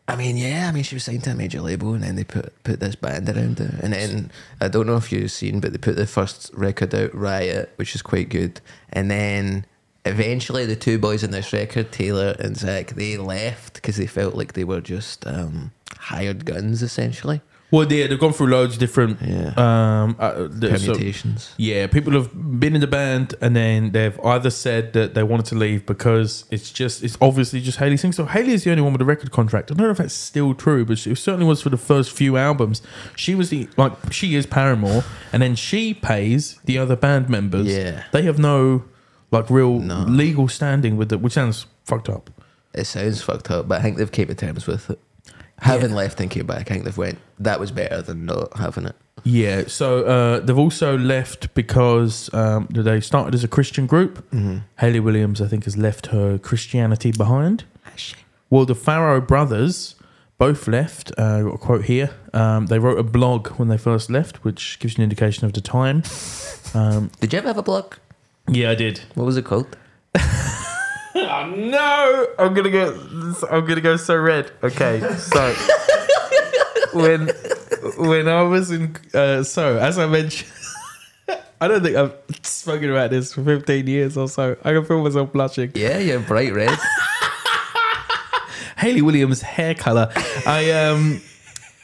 [SPEAKER 2] I mean, yeah, I mean, she was signed to a major label and then they put, put this band around her. And then, I don't know if you've seen, but they put the first record out, Riot, which is quite good. And then it Eventually, the two boys in this record, Taylor and Zach, they left because they felt like they were just um, hired guns, essentially.
[SPEAKER 1] Well, yeah, they've gone through loads of different
[SPEAKER 2] Yeah.
[SPEAKER 1] um, uh, the- so-
[SPEAKER 2] Permutations.
[SPEAKER 1] yeah, people have been in the band and then they've either said that they wanted to leave because it's just it's obviously just Haley sings. So Haley is the only one with a record contract. I don't know if that's still true, but she certainly was for the first few albums. She was the like she is Paramore, and then she pays the other band members.
[SPEAKER 2] Yeah.
[SPEAKER 1] they have no like real legal standing with it, which sounds fucked up.
[SPEAKER 2] It sounds fucked up, but I think they've came to terms with it. Having left and came back, I think they've went, that was better than not having it.
[SPEAKER 1] Yeah, so uh, they've also left because um, they started as a Christian group. Haley Williams, I think, has left her Christianity behind. Well, the Farrow brothers both left. Uh, I've got a quote here. Um, they wrote a blog when they first left, which gives you an indication of the time. Um,
[SPEAKER 2] Did you ever have a block?
[SPEAKER 1] yeah, I did.
[SPEAKER 2] What was it called?
[SPEAKER 1] Oh, no, I'm gonna go. I'm gonna go so red. Okay, so when when I was in, uh, so as I mentioned, I don't think I've spoken about this for 15 years or so. I can feel myself blushing.
[SPEAKER 2] Yeah, you're bright red.
[SPEAKER 1] Haley Williams hair color. I um,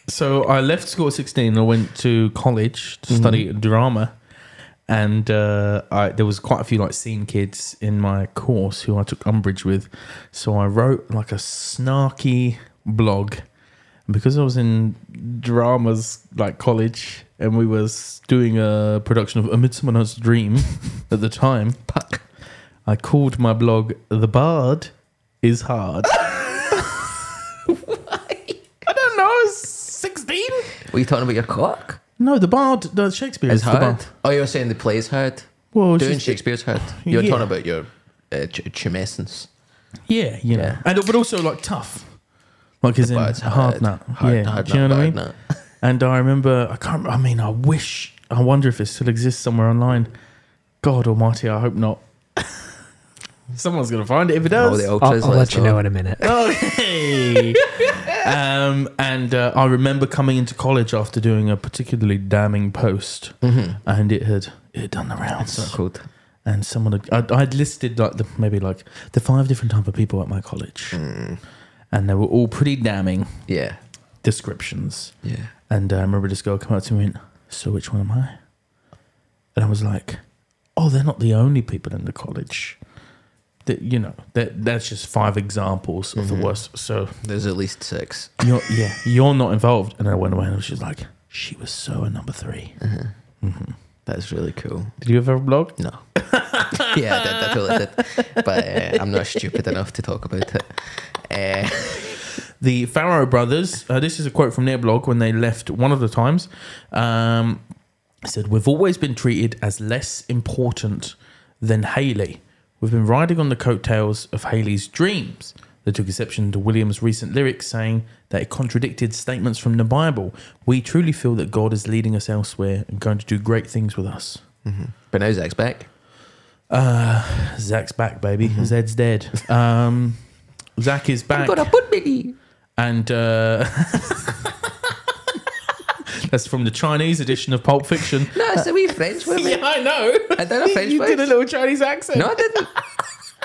[SPEAKER 1] so I left school at 16. and I went to college to study drama, and uh, I, there was quite a few like scene kids in my course who I took umbrage with. So I wrote like a snarky blog, and because I was in dramas like college. And we was doing a production of A Midsummer Night's Dream at the time. I called my blog "The Bard is Hard." I don't know. I was sixteen.
[SPEAKER 2] Were you talking about your cock?
[SPEAKER 1] No, the Bard, the Shakespeare
[SPEAKER 2] It's
[SPEAKER 1] is the Bard.
[SPEAKER 2] hard. Oh, you were saying the play's hard?
[SPEAKER 1] Well, it's
[SPEAKER 2] Doing
[SPEAKER 1] just-
[SPEAKER 2] Shakespeare's hard. You were
[SPEAKER 1] Yeah.
[SPEAKER 2] talking about your uh, ch- chumescence.
[SPEAKER 1] yeah, you know,
[SPEAKER 2] Yeah.
[SPEAKER 1] and but also like tough, like as in
[SPEAKER 2] But it's
[SPEAKER 1] hard nut, yeah. Do you know what I mean? And I remember, I can't. remember- I mean, I wish. I wonder if it still exists somewhere online. God Almighty, I hope not. Someone's gonna find it if it does.
[SPEAKER 2] Oh, the
[SPEAKER 6] I'll,
[SPEAKER 2] ultras.
[SPEAKER 6] I'll let you know in a minute.
[SPEAKER 1] Okay. um, and uh, I remember coming into college after doing a particularly damning post, and it had it had done the rounds.
[SPEAKER 2] Cold.
[SPEAKER 1] and someone had, I'd, I'd listed like the, maybe like the five different type of people at my college, and they were all pretty damning
[SPEAKER 2] Yeah.
[SPEAKER 1] descriptions.
[SPEAKER 2] Yeah.
[SPEAKER 1] And uh, I remember this girl came up to me and went, "So which one am I?" And I was like, "Oh, they're not the only people in the college." That you know, that that's just five examples of the worst. So
[SPEAKER 2] There's at least six.
[SPEAKER 1] you're, yeah, you're not involved. And I went away and she was like, she was so a number three.
[SPEAKER 2] That's really cool.
[SPEAKER 1] Did you ever blog?
[SPEAKER 2] No. yeah, I did. I totally did. But uh, I'm not stupid enough to talk about it. Uh,
[SPEAKER 1] The Farrow brothers, uh, this is a quote from their blog when they left one of the times, um, said, We've always been treated as less important than Haley. We've been riding on the coattails of Haley's dreams. They took exception to Williams' recent lyrics saying that it contradicted statements from the Bible. We truly feel that God is leading us elsewhere and going to do great things with us.
[SPEAKER 2] but now Zach's back.
[SPEAKER 1] Zach's back, baby. Zed's dead. Um, Zach is back.
[SPEAKER 2] put baby.
[SPEAKER 1] and uh, that's from the Chinese edition of Pulp Fiction.
[SPEAKER 2] No, it's a wee French woman.
[SPEAKER 1] yeah, I know.
[SPEAKER 2] I done a French
[SPEAKER 1] you did a
[SPEAKER 2] voice.
[SPEAKER 1] little Chinese accent.
[SPEAKER 2] No, I didn't.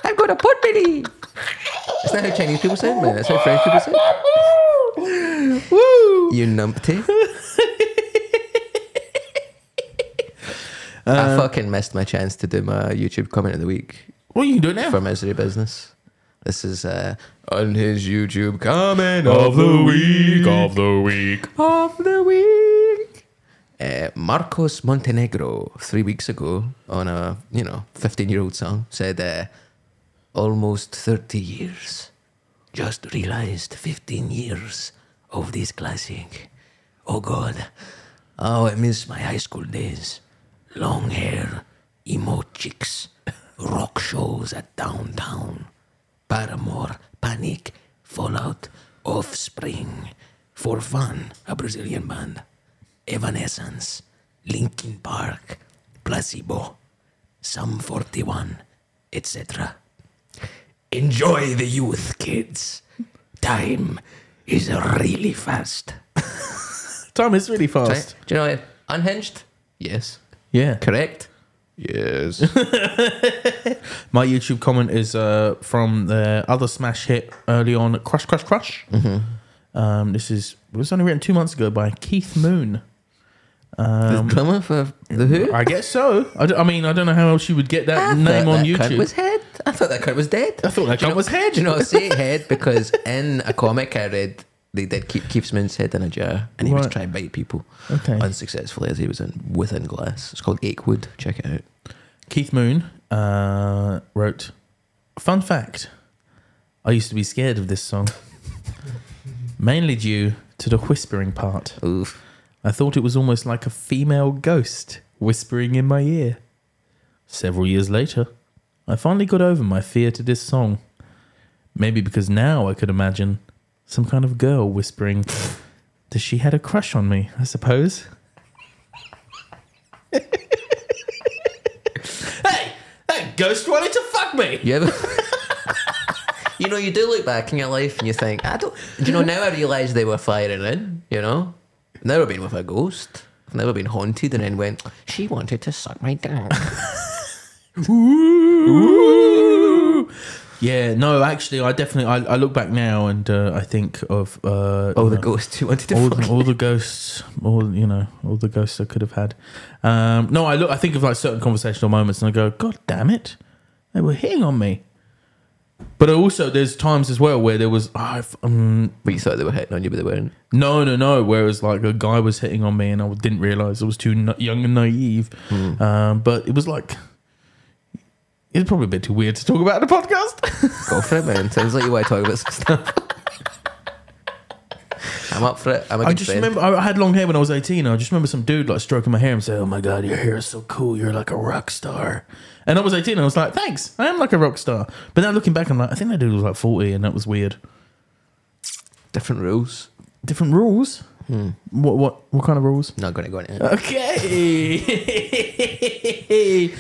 [SPEAKER 2] I've got a pot belly. That's not how Chinese people sound, man. That's how French people sound.
[SPEAKER 1] Woo!
[SPEAKER 2] You numpty.
[SPEAKER 1] Um,
[SPEAKER 2] I fucking missed my chance to do my YouTube comment of the week
[SPEAKER 1] What are you doing now?
[SPEAKER 2] for Misery Business. This is uh, on his YouTube comment
[SPEAKER 1] Of the week, of the week.
[SPEAKER 2] of the week. Uh, Marcos Montenegro, three weeks ago, on a you know fifteen-year-old song, said, uh, "Almost thirty years, just realized fifteen years of this classic. Oh God, oh I miss my high school days. Long hair, emo chicks, rock shows at downtown, Paramore, Panic, Fallout, Offspring. For Fun, a Brazilian band. Evanescence, Linkin Park, Placebo, Sum 41, etc. Enjoy the youth, kids. Time is really fast.
[SPEAKER 1] Time is really fast.
[SPEAKER 2] Do you know it? Unhinged? Yes.
[SPEAKER 1] Yeah.
[SPEAKER 2] Correct? Yes.
[SPEAKER 1] My YouTube comment is uh, from the other smash hit early on, Crush, Crush, Crush. Um, this is it was only written two months ago by Keith Moon. Uh,
[SPEAKER 2] the drummer for the Who?
[SPEAKER 1] Um, I guess so. I, d- I mean, I don't know how else you would get that
[SPEAKER 2] I
[SPEAKER 1] name
[SPEAKER 2] thought
[SPEAKER 1] on
[SPEAKER 2] that Cunt
[SPEAKER 1] YouTube.
[SPEAKER 2] was head. I thought that cunt was dead.
[SPEAKER 1] I thought that cunt was head.
[SPEAKER 2] Do you know, I say head because in a comic I read, they did keep Keefsman's head in a jar and he was
[SPEAKER 1] Right.
[SPEAKER 2] trying to bite people
[SPEAKER 1] Okay.
[SPEAKER 2] unsuccessfully as he was in Within Glass. It's called Akewood. Check it out.
[SPEAKER 1] Keith Moon uh, wrote, "Fun fact: I used to be scared of this song, mainly due to the whispering part.
[SPEAKER 2] Oof.
[SPEAKER 1] I thought it was almost like a female ghost whispering in my ear. Several years later, I finally got over my fear to this song. Maybe because now I could imagine some kind of girl whispering that she had a crush on me, I suppose. hey, that ghost wanted to fuck me.
[SPEAKER 2] You ever? you know, you do look back in your life and you think, I don't. Do you know, now I realise they were firing in, you know? I've never been with a ghost. I've never been haunted and then went,
[SPEAKER 3] She wanted to suck my dick.
[SPEAKER 1] Yeah, no, actually, I definitely, I, I look back now and uh, I think of. Uh,
[SPEAKER 2] oh,
[SPEAKER 1] you
[SPEAKER 2] the
[SPEAKER 1] know,
[SPEAKER 2] ghost who wanted to
[SPEAKER 1] all,
[SPEAKER 2] fuck
[SPEAKER 1] the, all the ghosts, all you know, all the ghosts I could have had. Um, no, I look, I think of like certain conversational moments, and I go, "God damn it, they were hitting on me." But I also, there's times as well where there was, oh, if- um,
[SPEAKER 2] But you thought they were hitting on you, but they weren't.
[SPEAKER 1] no, no, no. Whereas like a guy was hitting on me, and I didn't realize I was too na- young and naive. Um, but it was like, it's probably a bit too weird to talk about in a podcast.
[SPEAKER 2] Go for it, man. Sounds like you want to talk about some stuff. I'm up for it. I'm a good
[SPEAKER 1] I just
[SPEAKER 2] friend.
[SPEAKER 1] remember I had long hair when I was 18. And I just remember some dude like stroking my hair and saying, Oh my God, your hair is so cool. You're like a rock star. And I was 18 and I was like, Thanks. I am like a rock star. But now looking back, I'm like, I think that dude was like 40 and that was weird.
[SPEAKER 2] Different rules.
[SPEAKER 1] Different rules? What, what, what kind of rules?
[SPEAKER 2] Not going to go into it.
[SPEAKER 1] Okay.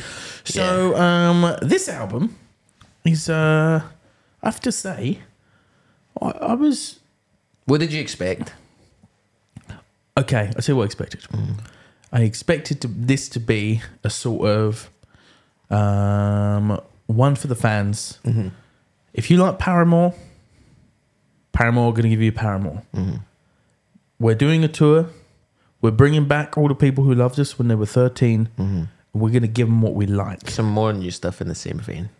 [SPEAKER 1] so um, this album is, uh, I have to say, I, I was.
[SPEAKER 2] What did you expect?
[SPEAKER 1] Okay, I see what I expected. I expected to, this to be a sort of um, one for the fans. If you like Paramore, Paramore going to give you Paramore. We're doing a tour. We're bringing back all the people who loved us when they were 13. We're going to give them what we like.
[SPEAKER 2] Some more new stuff in the same vein.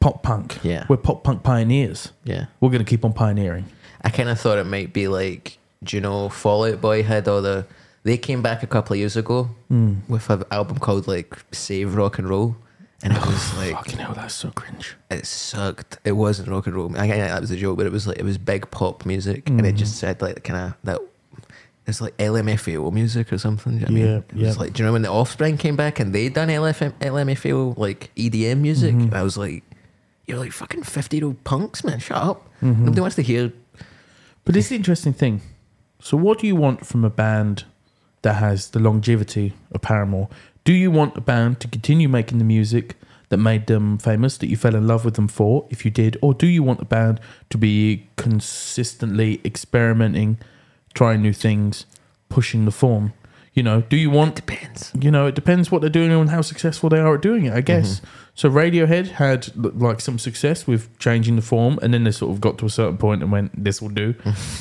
[SPEAKER 1] Pop punk.
[SPEAKER 2] Yeah.
[SPEAKER 1] We're pop punk pioneers.
[SPEAKER 2] Yeah.
[SPEAKER 1] We're going to keep on pioneering.
[SPEAKER 2] I kind of thought it might be like, do you know, Fallout Boy had all the. They came back a couple of years ago
[SPEAKER 1] Hmm.
[SPEAKER 2] with an album called like Save Rock and Roll. And it was like,
[SPEAKER 1] Oh, Fucking hell, that's so cringe.
[SPEAKER 2] it sucked. It wasn't rock and roll. I think that was a joke, but it was like it was big pop music, and it
[SPEAKER 1] Hmm.
[SPEAKER 2] just said like kind of that. It's like LMFAO music or something. do you know what I mean?
[SPEAKER 1] Yeah,
[SPEAKER 2] It was
[SPEAKER 1] yeah.
[SPEAKER 2] like, do you know when the Offspring came back and they done LFM, LMFAO like EDM music?
[SPEAKER 1] Mm-hmm.
[SPEAKER 2] And I was like, you're like fucking fifty year old punks, man. Shut up.
[SPEAKER 1] Mm-hmm.
[SPEAKER 2] Nobody wants to hear.
[SPEAKER 1] But it's the interesting thing. So, what do you want from a band that has the longevity of Paramore? Do you want a band to continue making the music that made them famous, that you fell in love with them for, if you did? Or do you want a band to be consistently experimenting, trying new things, pushing the form? You know, do you want
[SPEAKER 2] Depends.
[SPEAKER 1] you know, it depends what they're doing and how successful they are at doing it, I guess. So Radiohead had l- like some success with changing the form, and then they sort of got to a certain point and went, "This will do."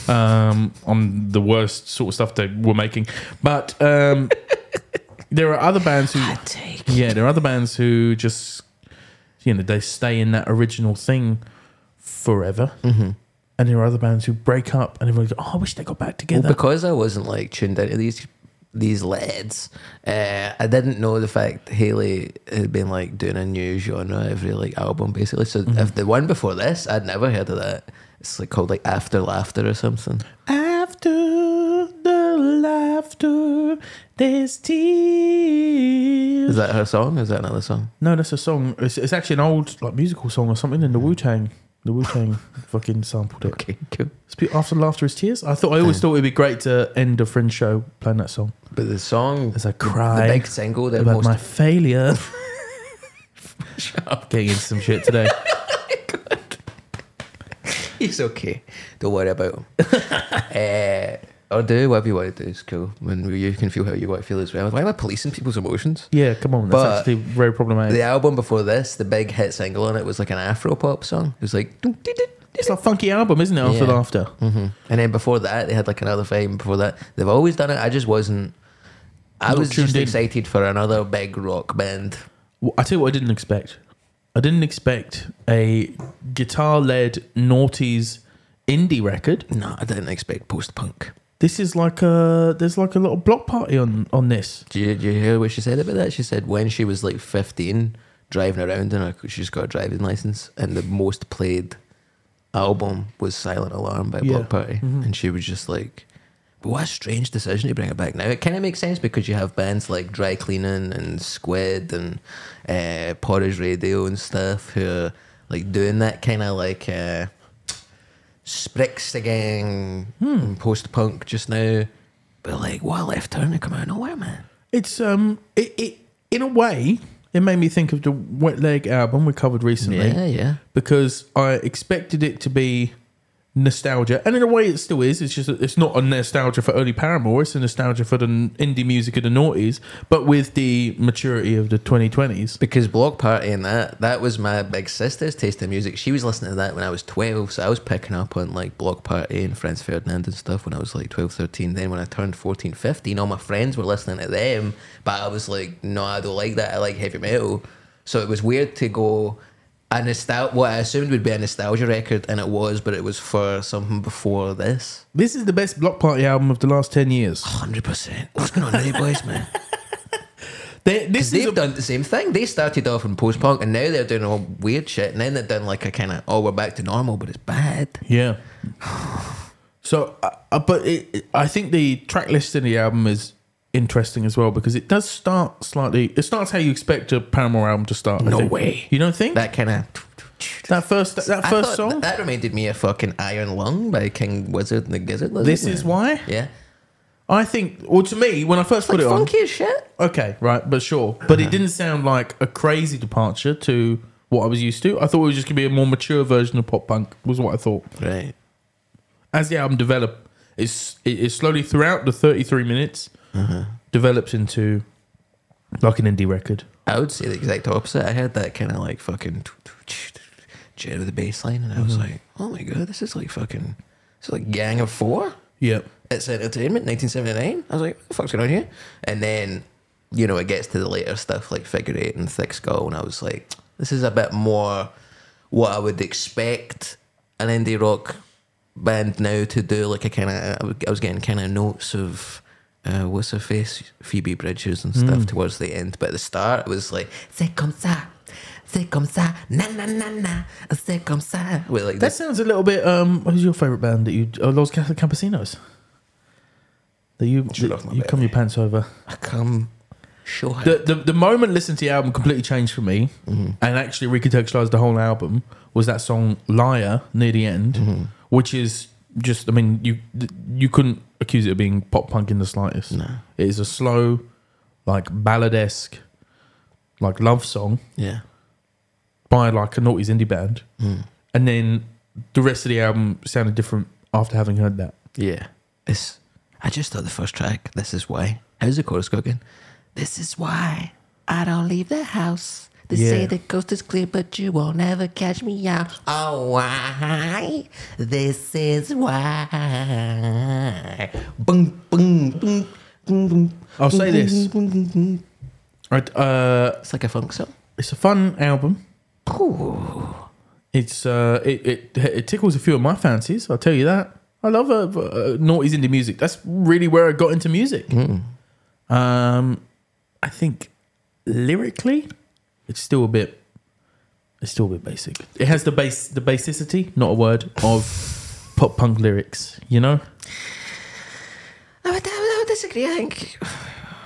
[SPEAKER 1] um, on the worst sort of stuff they were making, but um, there are other bands who, yeah, there are other bands who just, you know, they stay in that original thing forever, and there are other bands who break up, and everyone goes, "Oh, I wish they got back
[SPEAKER 2] Well,
[SPEAKER 1] together."
[SPEAKER 2] because I wasn't like tuned into these these lads, uh, I didn't know the fact Haley had been like doing a new genre every like album basically. So
[SPEAKER 1] Mm-hmm.
[SPEAKER 2] if the one before this, I'd never heard of that. It's like called like After Laughter or something.
[SPEAKER 1] After the laughter, there's
[SPEAKER 2] Is
[SPEAKER 1] tears.
[SPEAKER 2] that her song? Is that another song?
[SPEAKER 1] No, that's a song. It's, it's actually an old like musical song or something in the Wu Tang. The Wu Tang fucking sampled it.
[SPEAKER 2] Okay, cool.
[SPEAKER 1] It's be- After laughter is tears. I thought I always thought it'd be great to end a friend show playing that song
[SPEAKER 2] But the song,
[SPEAKER 1] as I
[SPEAKER 2] the
[SPEAKER 1] cry
[SPEAKER 2] big single, that
[SPEAKER 1] about
[SPEAKER 2] most
[SPEAKER 1] my failure. Getting into some shit today.
[SPEAKER 2] He's okay. Don't worry about him. uh, or do whatever you want to do is cool. When you can feel how you want to feel as well. Why am I policing people's emotions?
[SPEAKER 1] Yeah, come on. That's
[SPEAKER 2] But-
[SPEAKER 1] actually very problematic.
[SPEAKER 2] The album before this, the big hit single on it was like an Afro pop song. It was like, dun, dun, dun, dun,
[SPEAKER 1] It's a funky album, isn't it? After
[SPEAKER 2] Yeah.
[SPEAKER 1] the after.
[SPEAKER 2] Mhm. And then before that, they had like another fame. Before that, they've always done it. I just wasn't. I
[SPEAKER 1] Not
[SPEAKER 2] was just
[SPEAKER 1] tuned in.
[SPEAKER 2] excited for another big rock band.
[SPEAKER 1] Well, I tell you what, I didn't expect. I didn't expect a guitar-led noughties indie record.
[SPEAKER 2] No, I didn't expect post punk.
[SPEAKER 1] This is like a there's like a little block party on on this.
[SPEAKER 2] Do you, do you hear what she said about that? She said when she was like 15, driving around, and she's got a driving license, and the most played album was Silent Alarm by
[SPEAKER 1] Yeah.
[SPEAKER 2] Block Party. And she was just like, but what a strange decision to bring it back now. It kind of makes sense because you have bands like Dry Cleaning and Squid and uh, Porridge Radio and stuff who are like doing that kind of like. Uh, Spricks again, post punk just now, but like, what a left turn to come out of nowhere, man?
[SPEAKER 1] It's um it, it in a way it made me think of the Wet Leg album we covered recently.
[SPEAKER 2] Yeah, yeah.
[SPEAKER 1] because I expected it to be nostalgia, and in a way, it still is. It's just it's not a nostalgia for early Paramore; it's a nostalgia for the n- indie music of the noughties, but with the maturity of the 2020s.
[SPEAKER 2] Because Block Party and that, that was my big sister's taste in music. She was listening to that when I was 12. So I was picking up on like Block Party and Franz Ferdinand and stuff when I was like 12, 13. Then when I turned 14, 15, all my friends were listening to them. But I was like, no, I don't like that. I like heavy metal. So it was weird to go a nostalgia, what I assumed would be a nostalgia record. And it was, but it was for something before this.
[SPEAKER 1] This is the best block party album of the last 10 years.
[SPEAKER 2] 100%. What's going on there, boys, man?
[SPEAKER 1] They, this is
[SPEAKER 2] They've
[SPEAKER 1] a,
[SPEAKER 2] done the same thing. They started off in post punk and now they're doing all weird shit. And then they're doing like a kind of, oh, we're back to normal, but it's bad.
[SPEAKER 1] yeah. So, uh, uh, but it, it- I think the track list in the album is interesting as well because it does start slightly. It starts how you expect a Paramore album to start. I
[SPEAKER 2] No
[SPEAKER 1] think.
[SPEAKER 2] way.
[SPEAKER 1] You don't think that,
[SPEAKER 2] That kind of.
[SPEAKER 1] first that first song?
[SPEAKER 2] That reminded me of fucking Iron Lung by King Wizard and the Gizzard. Lizard,
[SPEAKER 1] this is
[SPEAKER 2] man.
[SPEAKER 1] why.
[SPEAKER 2] Yeah.
[SPEAKER 1] I think, well, to me, when I first
[SPEAKER 2] Like
[SPEAKER 1] put it
[SPEAKER 2] funky as shit.
[SPEAKER 1] on, okay, right, but sure, but it didn't sound like a crazy departure to what I was used to. I thought it was just gonna be a more mature version of pop punk, was what I thought.
[SPEAKER 2] Right.
[SPEAKER 1] As the album developed, it's it, it slowly throughout the thirty-three minutes Uh-huh. develops into like an indie record.
[SPEAKER 2] I would say the exact opposite. I had that kind of like fucking jet with the bass line and I was
[SPEAKER 1] Mm-hmm.
[SPEAKER 2] like, oh my god, this is like fucking. This is like Gang of Four.
[SPEAKER 1] Yep.
[SPEAKER 2] It's Entertainment, 1979. I was like, what the fuck's going on here? And then, you know, it gets to the later stuff like Figure Eight and Thick Skull, and I was like, this is a bit more what I would expect an indie rock band now to do. Like, I kind of, I was getting kind of notes of. Uh, what's her face? Phoebe Bridges and stuff towards the end. But at the start, it was like, c'est comme ça, c'est comme ça, na na na na, c'est comme ça. With like
[SPEAKER 1] That
[SPEAKER 2] this,
[SPEAKER 1] sounds a little bit. Um, who's your favorite band that you? Oh, Los Cas- Campesinos. That you
[SPEAKER 2] Shoot off my
[SPEAKER 1] you
[SPEAKER 2] belly.
[SPEAKER 1] come your pants over.
[SPEAKER 2] I come show her.
[SPEAKER 1] the, the the moment listening to the album completely changed for me and actually recontextualized the whole album was that song liar near the end which is just i mean you you couldn't accuse it of being pop punk in the slightest no. it is a slow like balladesque like love song
[SPEAKER 2] yeah.
[SPEAKER 1] by like a naughty's indie band and then the rest of the album sounded different after having heard that
[SPEAKER 2] Yeah. It's I just thought the first track, This Is Why. How's the chorus cooking? This is why I don't leave the house.
[SPEAKER 3] They
[SPEAKER 1] Yeah.
[SPEAKER 3] say the coast is clear, but you won't ever catch me out.
[SPEAKER 2] Oh why this is why Boom boom boom boom boom.
[SPEAKER 1] i'll say this right uh
[SPEAKER 2] It's like a funk song.
[SPEAKER 1] it's a fun album. It's uh, it, it it tickles a few of my fancies. I'll tell you that. I love uh, uh, noughties indie music. That's really where I got into music. Um, I think lyrically, it's still a bit, it's still a bit basic. It has the base, the basicity, not a word of pop punk lyrics. You know,
[SPEAKER 2] I would, I would disagree, I think.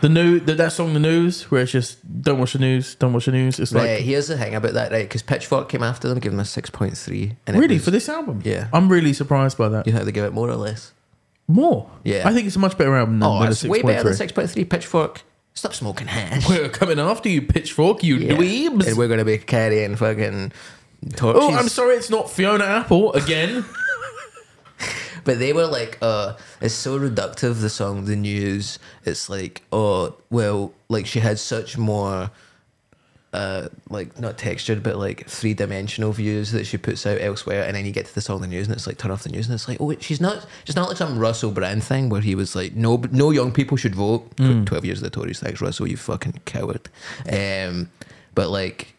[SPEAKER 1] the new the, that song, the news, where it's just don't watch the news, don't watch the news. It's like
[SPEAKER 2] Right, here's the thing about that, right? Because Pitchfork came after them, gave them a 6.3. And it
[SPEAKER 1] really
[SPEAKER 2] was-
[SPEAKER 1] for this album.
[SPEAKER 2] Yeah.
[SPEAKER 1] I'm really surprised by that.
[SPEAKER 2] You think they gave it more or less?
[SPEAKER 1] More.
[SPEAKER 2] Yeah.
[SPEAKER 1] I think it's a much better album than,
[SPEAKER 2] Oh,
[SPEAKER 1] than
[SPEAKER 2] it's
[SPEAKER 1] a
[SPEAKER 2] way better
[SPEAKER 1] 6.3.
[SPEAKER 2] than 6.3. Pitchfork, stop smoking hash.
[SPEAKER 1] We're coming after you, Pitchfork, you
[SPEAKER 2] Yeah.
[SPEAKER 1] dweebs.
[SPEAKER 2] And we're going to be carrying fucking torches.
[SPEAKER 1] oh, I'm sorry, it's not Fiona Apple again.
[SPEAKER 2] But they were like, uh, it's so reductive, the song, the news. It's like, oh, well, like she had such more, uh, like not textured, but like three dimensional views that she puts out elsewhere. And then you get to the song, the news, and it's like, turn off the news. And it's like, oh, she's not, she's not like some Russell Brand thing where he was like, no, no young people should vote.
[SPEAKER 1] Hmm.
[SPEAKER 2] 12 years of the Tories, thanks, Russell, you fucking coward. Um, but like,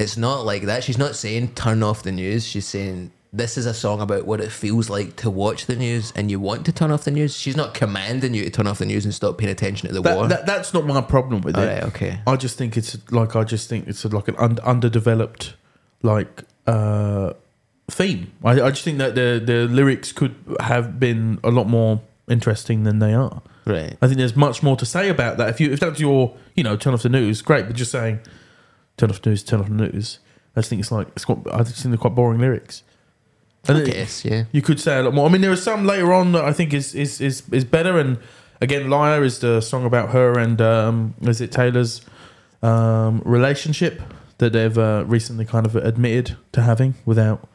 [SPEAKER 2] it's not like that. She's not saying turn off the news. She's saying this is a song about what it feels like to watch the news and you want to turn off the news. She's not commanding you to turn off the news and stop paying attention to the war.
[SPEAKER 1] That, that, that's not my problem with it.
[SPEAKER 2] Alright, Oh, okay.
[SPEAKER 1] I just think it's like I just think it's like an un- underdeveloped like uh, theme. I, I just think that the the lyrics could have been a lot more interesting than they are.
[SPEAKER 2] right.
[SPEAKER 1] I think there's much more to say about that. If you if that's your you know turn off the news, great. But just saying turn off the news, turn off the news. I just think it's like it's quite, I just think they're quite boring lyrics. And
[SPEAKER 2] I
[SPEAKER 1] it-
[SPEAKER 2] guess, yeah.
[SPEAKER 1] you could say a lot more. I mean, there are some later on that I think is is is, is better. And again, "Liar" is the song about her and um, is it Taylor's um, relationship that they've uh, recently kind of admitted to having without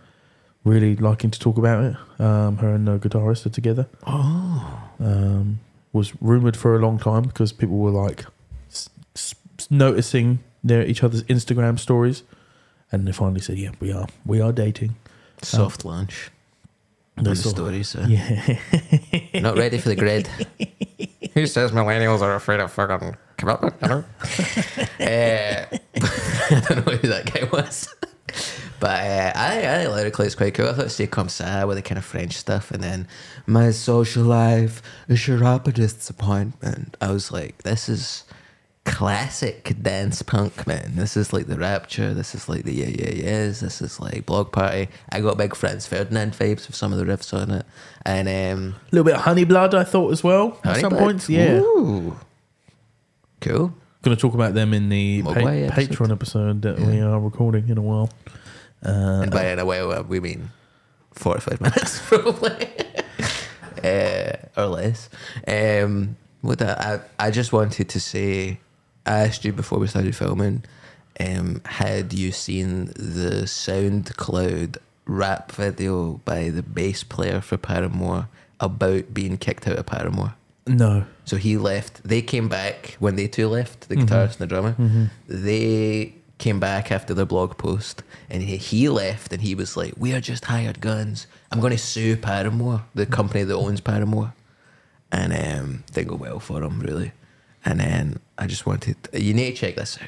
[SPEAKER 1] really liking to talk about it. Um, her and the guitarist are together. Oh, um, was rumored for a long time because people were like s- s- noticing their each other's Instagram stories. And they finally said, "Yeah, we are. We are dating."
[SPEAKER 2] Soft launch.
[SPEAKER 1] They
[SPEAKER 2] Those
[SPEAKER 1] sort of-
[SPEAKER 2] stories. eh? So.
[SPEAKER 1] Yeah.
[SPEAKER 2] Not ready for the grid.
[SPEAKER 6] Who says millennials are afraid of fucking commitment? you know?
[SPEAKER 2] Uh, I don't know who that guy was. But uh, I, I think lyrically it's quite cool. I thought say comme ça eh, with the kind of French stuff, and then my social life is your rapid disappointment. I was like, this is classic dance punk, man. This is like the Rapture. This is like the Yeah Yeah Yeahs. This is like Blog Party. I got big Franz Ferdinand vibes with some of the riffs on it, and um,
[SPEAKER 1] A little bit of honey blood, I thought as well. at
[SPEAKER 2] Honey
[SPEAKER 1] some
[SPEAKER 2] Blood?
[SPEAKER 1] points, yeah.
[SPEAKER 2] Ooh. cool.
[SPEAKER 1] Going to talk about them in the pa-
[SPEAKER 2] Mogwai episode.
[SPEAKER 1] Patreon episode that we are recording in a while. Uh,
[SPEAKER 2] And by in a while, we mean 45 minutes, probably. uh, or less. Um, what I, I, I just wanted to say, I asked you before we started filming, um, had you seen the SoundCloud rap video by the bass player for Paramore about being kicked out of Paramore?
[SPEAKER 1] No,
[SPEAKER 2] So he left. They came back when they two left, the guitarist and the drummer. They came back after their blog post, and he, he left, and he was like, "We are just hired guns. I'm going to sue Paramore, the company that owns Paramore." And um, didn't go well for him really. And then I just wanted you need to check this out.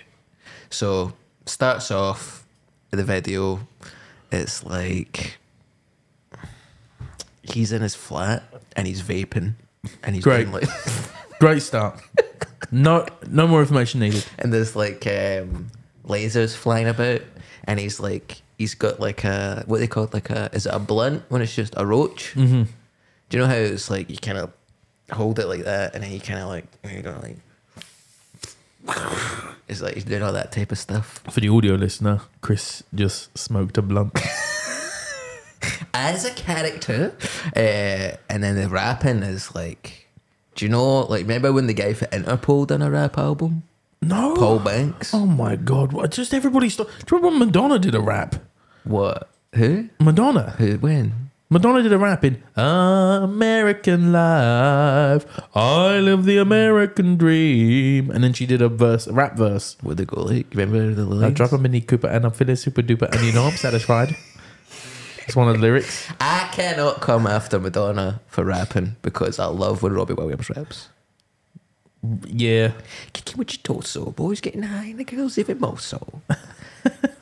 [SPEAKER 2] So starts off the video. It's like he's in his flat and he's vaping and he's
[SPEAKER 1] Great.
[SPEAKER 2] doing like
[SPEAKER 1] great start. no, no more information needed.
[SPEAKER 2] and there's like um, lasers flying about, and he's like, he's got like a what they call it, like a is it a blunt when it's just a roach? Mm-hmm. Do you know how it's like you kind of hold it like that, and then you kind of like you know like it's like he's doing all that type of stuff.
[SPEAKER 1] For the audio listener, Chris just smoked a blunt.
[SPEAKER 2] as a character. Uh, and then the rapping is like, do you know, like, remember when the guy for Interpol done a rap album?
[SPEAKER 1] no,
[SPEAKER 2] Paul Banks?
[SPEAKER 1] Oh my god! What, just everybody. St- Do you remember when Madonna did a rap?
[SPEAKER 2] What? Who?
[SPEAKER 1] Madonna.
[SPEAKER 2] Who? When?
[SPEAKER 1] Madonna did a rap in American Life. I live the American dream, and then she did a verse, a rap verse.
[SPEAKER 2] What the go like? Remember the
[SPEAKER 1] I
[SPEAKER 2] lyrics?
[SPEAKER 1] drop a Mini Cooper and I'm feeling super duper and you know I'm satisfied. It's one of the lyrics.
[SPEAKER 2] I cannot come after Madonna for rapping because I love when Robbie Williams raps.
[SPEAKER 1] Yeah.
[SPEAKER 2] Kicking with your torso, boys getting high, and the girls even more so.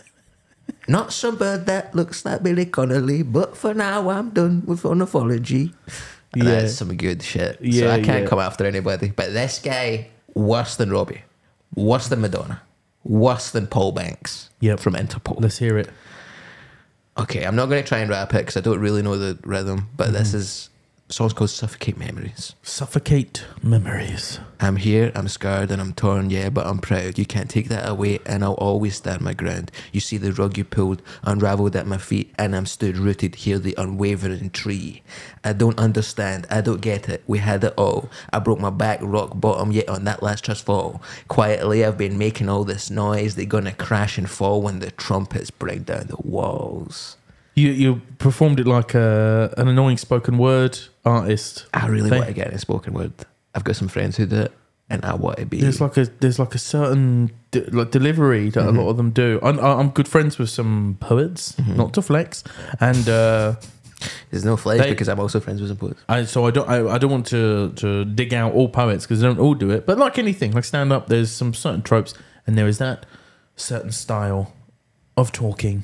[SPEAKER 2] Not some bird that looks like Billy Connolly, but for now I'm done with ornithology. And
[SPEAKER 1] Yeah.
[SPEAKER 2] That's some good shit. so
[SPEAKER 1] Yeah,
[SPEAKER 2] I can't
[SPEAKER 1] yeah.
[SPEAKER 2] come after anybody. But this guy, worse than Robbie, worse than Madonna, worse than Paul Banks
[SPEAKER 1] Yep.
[SPEAKER 2] from Interpol.
[SPEAKER 1] Let's hear it.
[SPEAKER 2] Okay, I'm not going to try and rap it because I don't really know the rhythm, but this is. Song's called Suffocate Memories.
[SPEAKER 1] Suffocate memories.
[SPEAKER 2] I'm here, I'm scarred, and I'm torn, yeah, but I'm proud. You can't take that away, and I'll always stand my ground. You see the rug you pulled, unraveled at my feet, and I'm stood rooted here, the unwavering tree. I don't understand, I don't get it. We had it all. I broke my back rock bottom, yet on that last trust fall. Quietly, I've been making all this noise. They're gonna crash and fall when the trumpets break down the walls.
[SPEAKER 1] You you performed it like a, an annoying spoken word artist.
[SPEAKER 2] I really
[SPEAKER 1] They-
[SPEAKER 2] want to get into spoken word. I've got some friends who do it, and I want to be.
[SPEAKER 1] There's like a there's like a certain de- like delivery that a lot of them do. I'm, I'm good friends with some poets, not to flex, and uh,
[SPEAKER 2] There's no flesh
[SPEAKER 1] They-
[SPEAKER 2] because I'm also friends with some poets.
[SPEAKER 1] I, so I don't I, I don't want to to dig out all poets because they don't all do it. But like anything, like stand up, there's some certain tropes, and there is that certain style of talking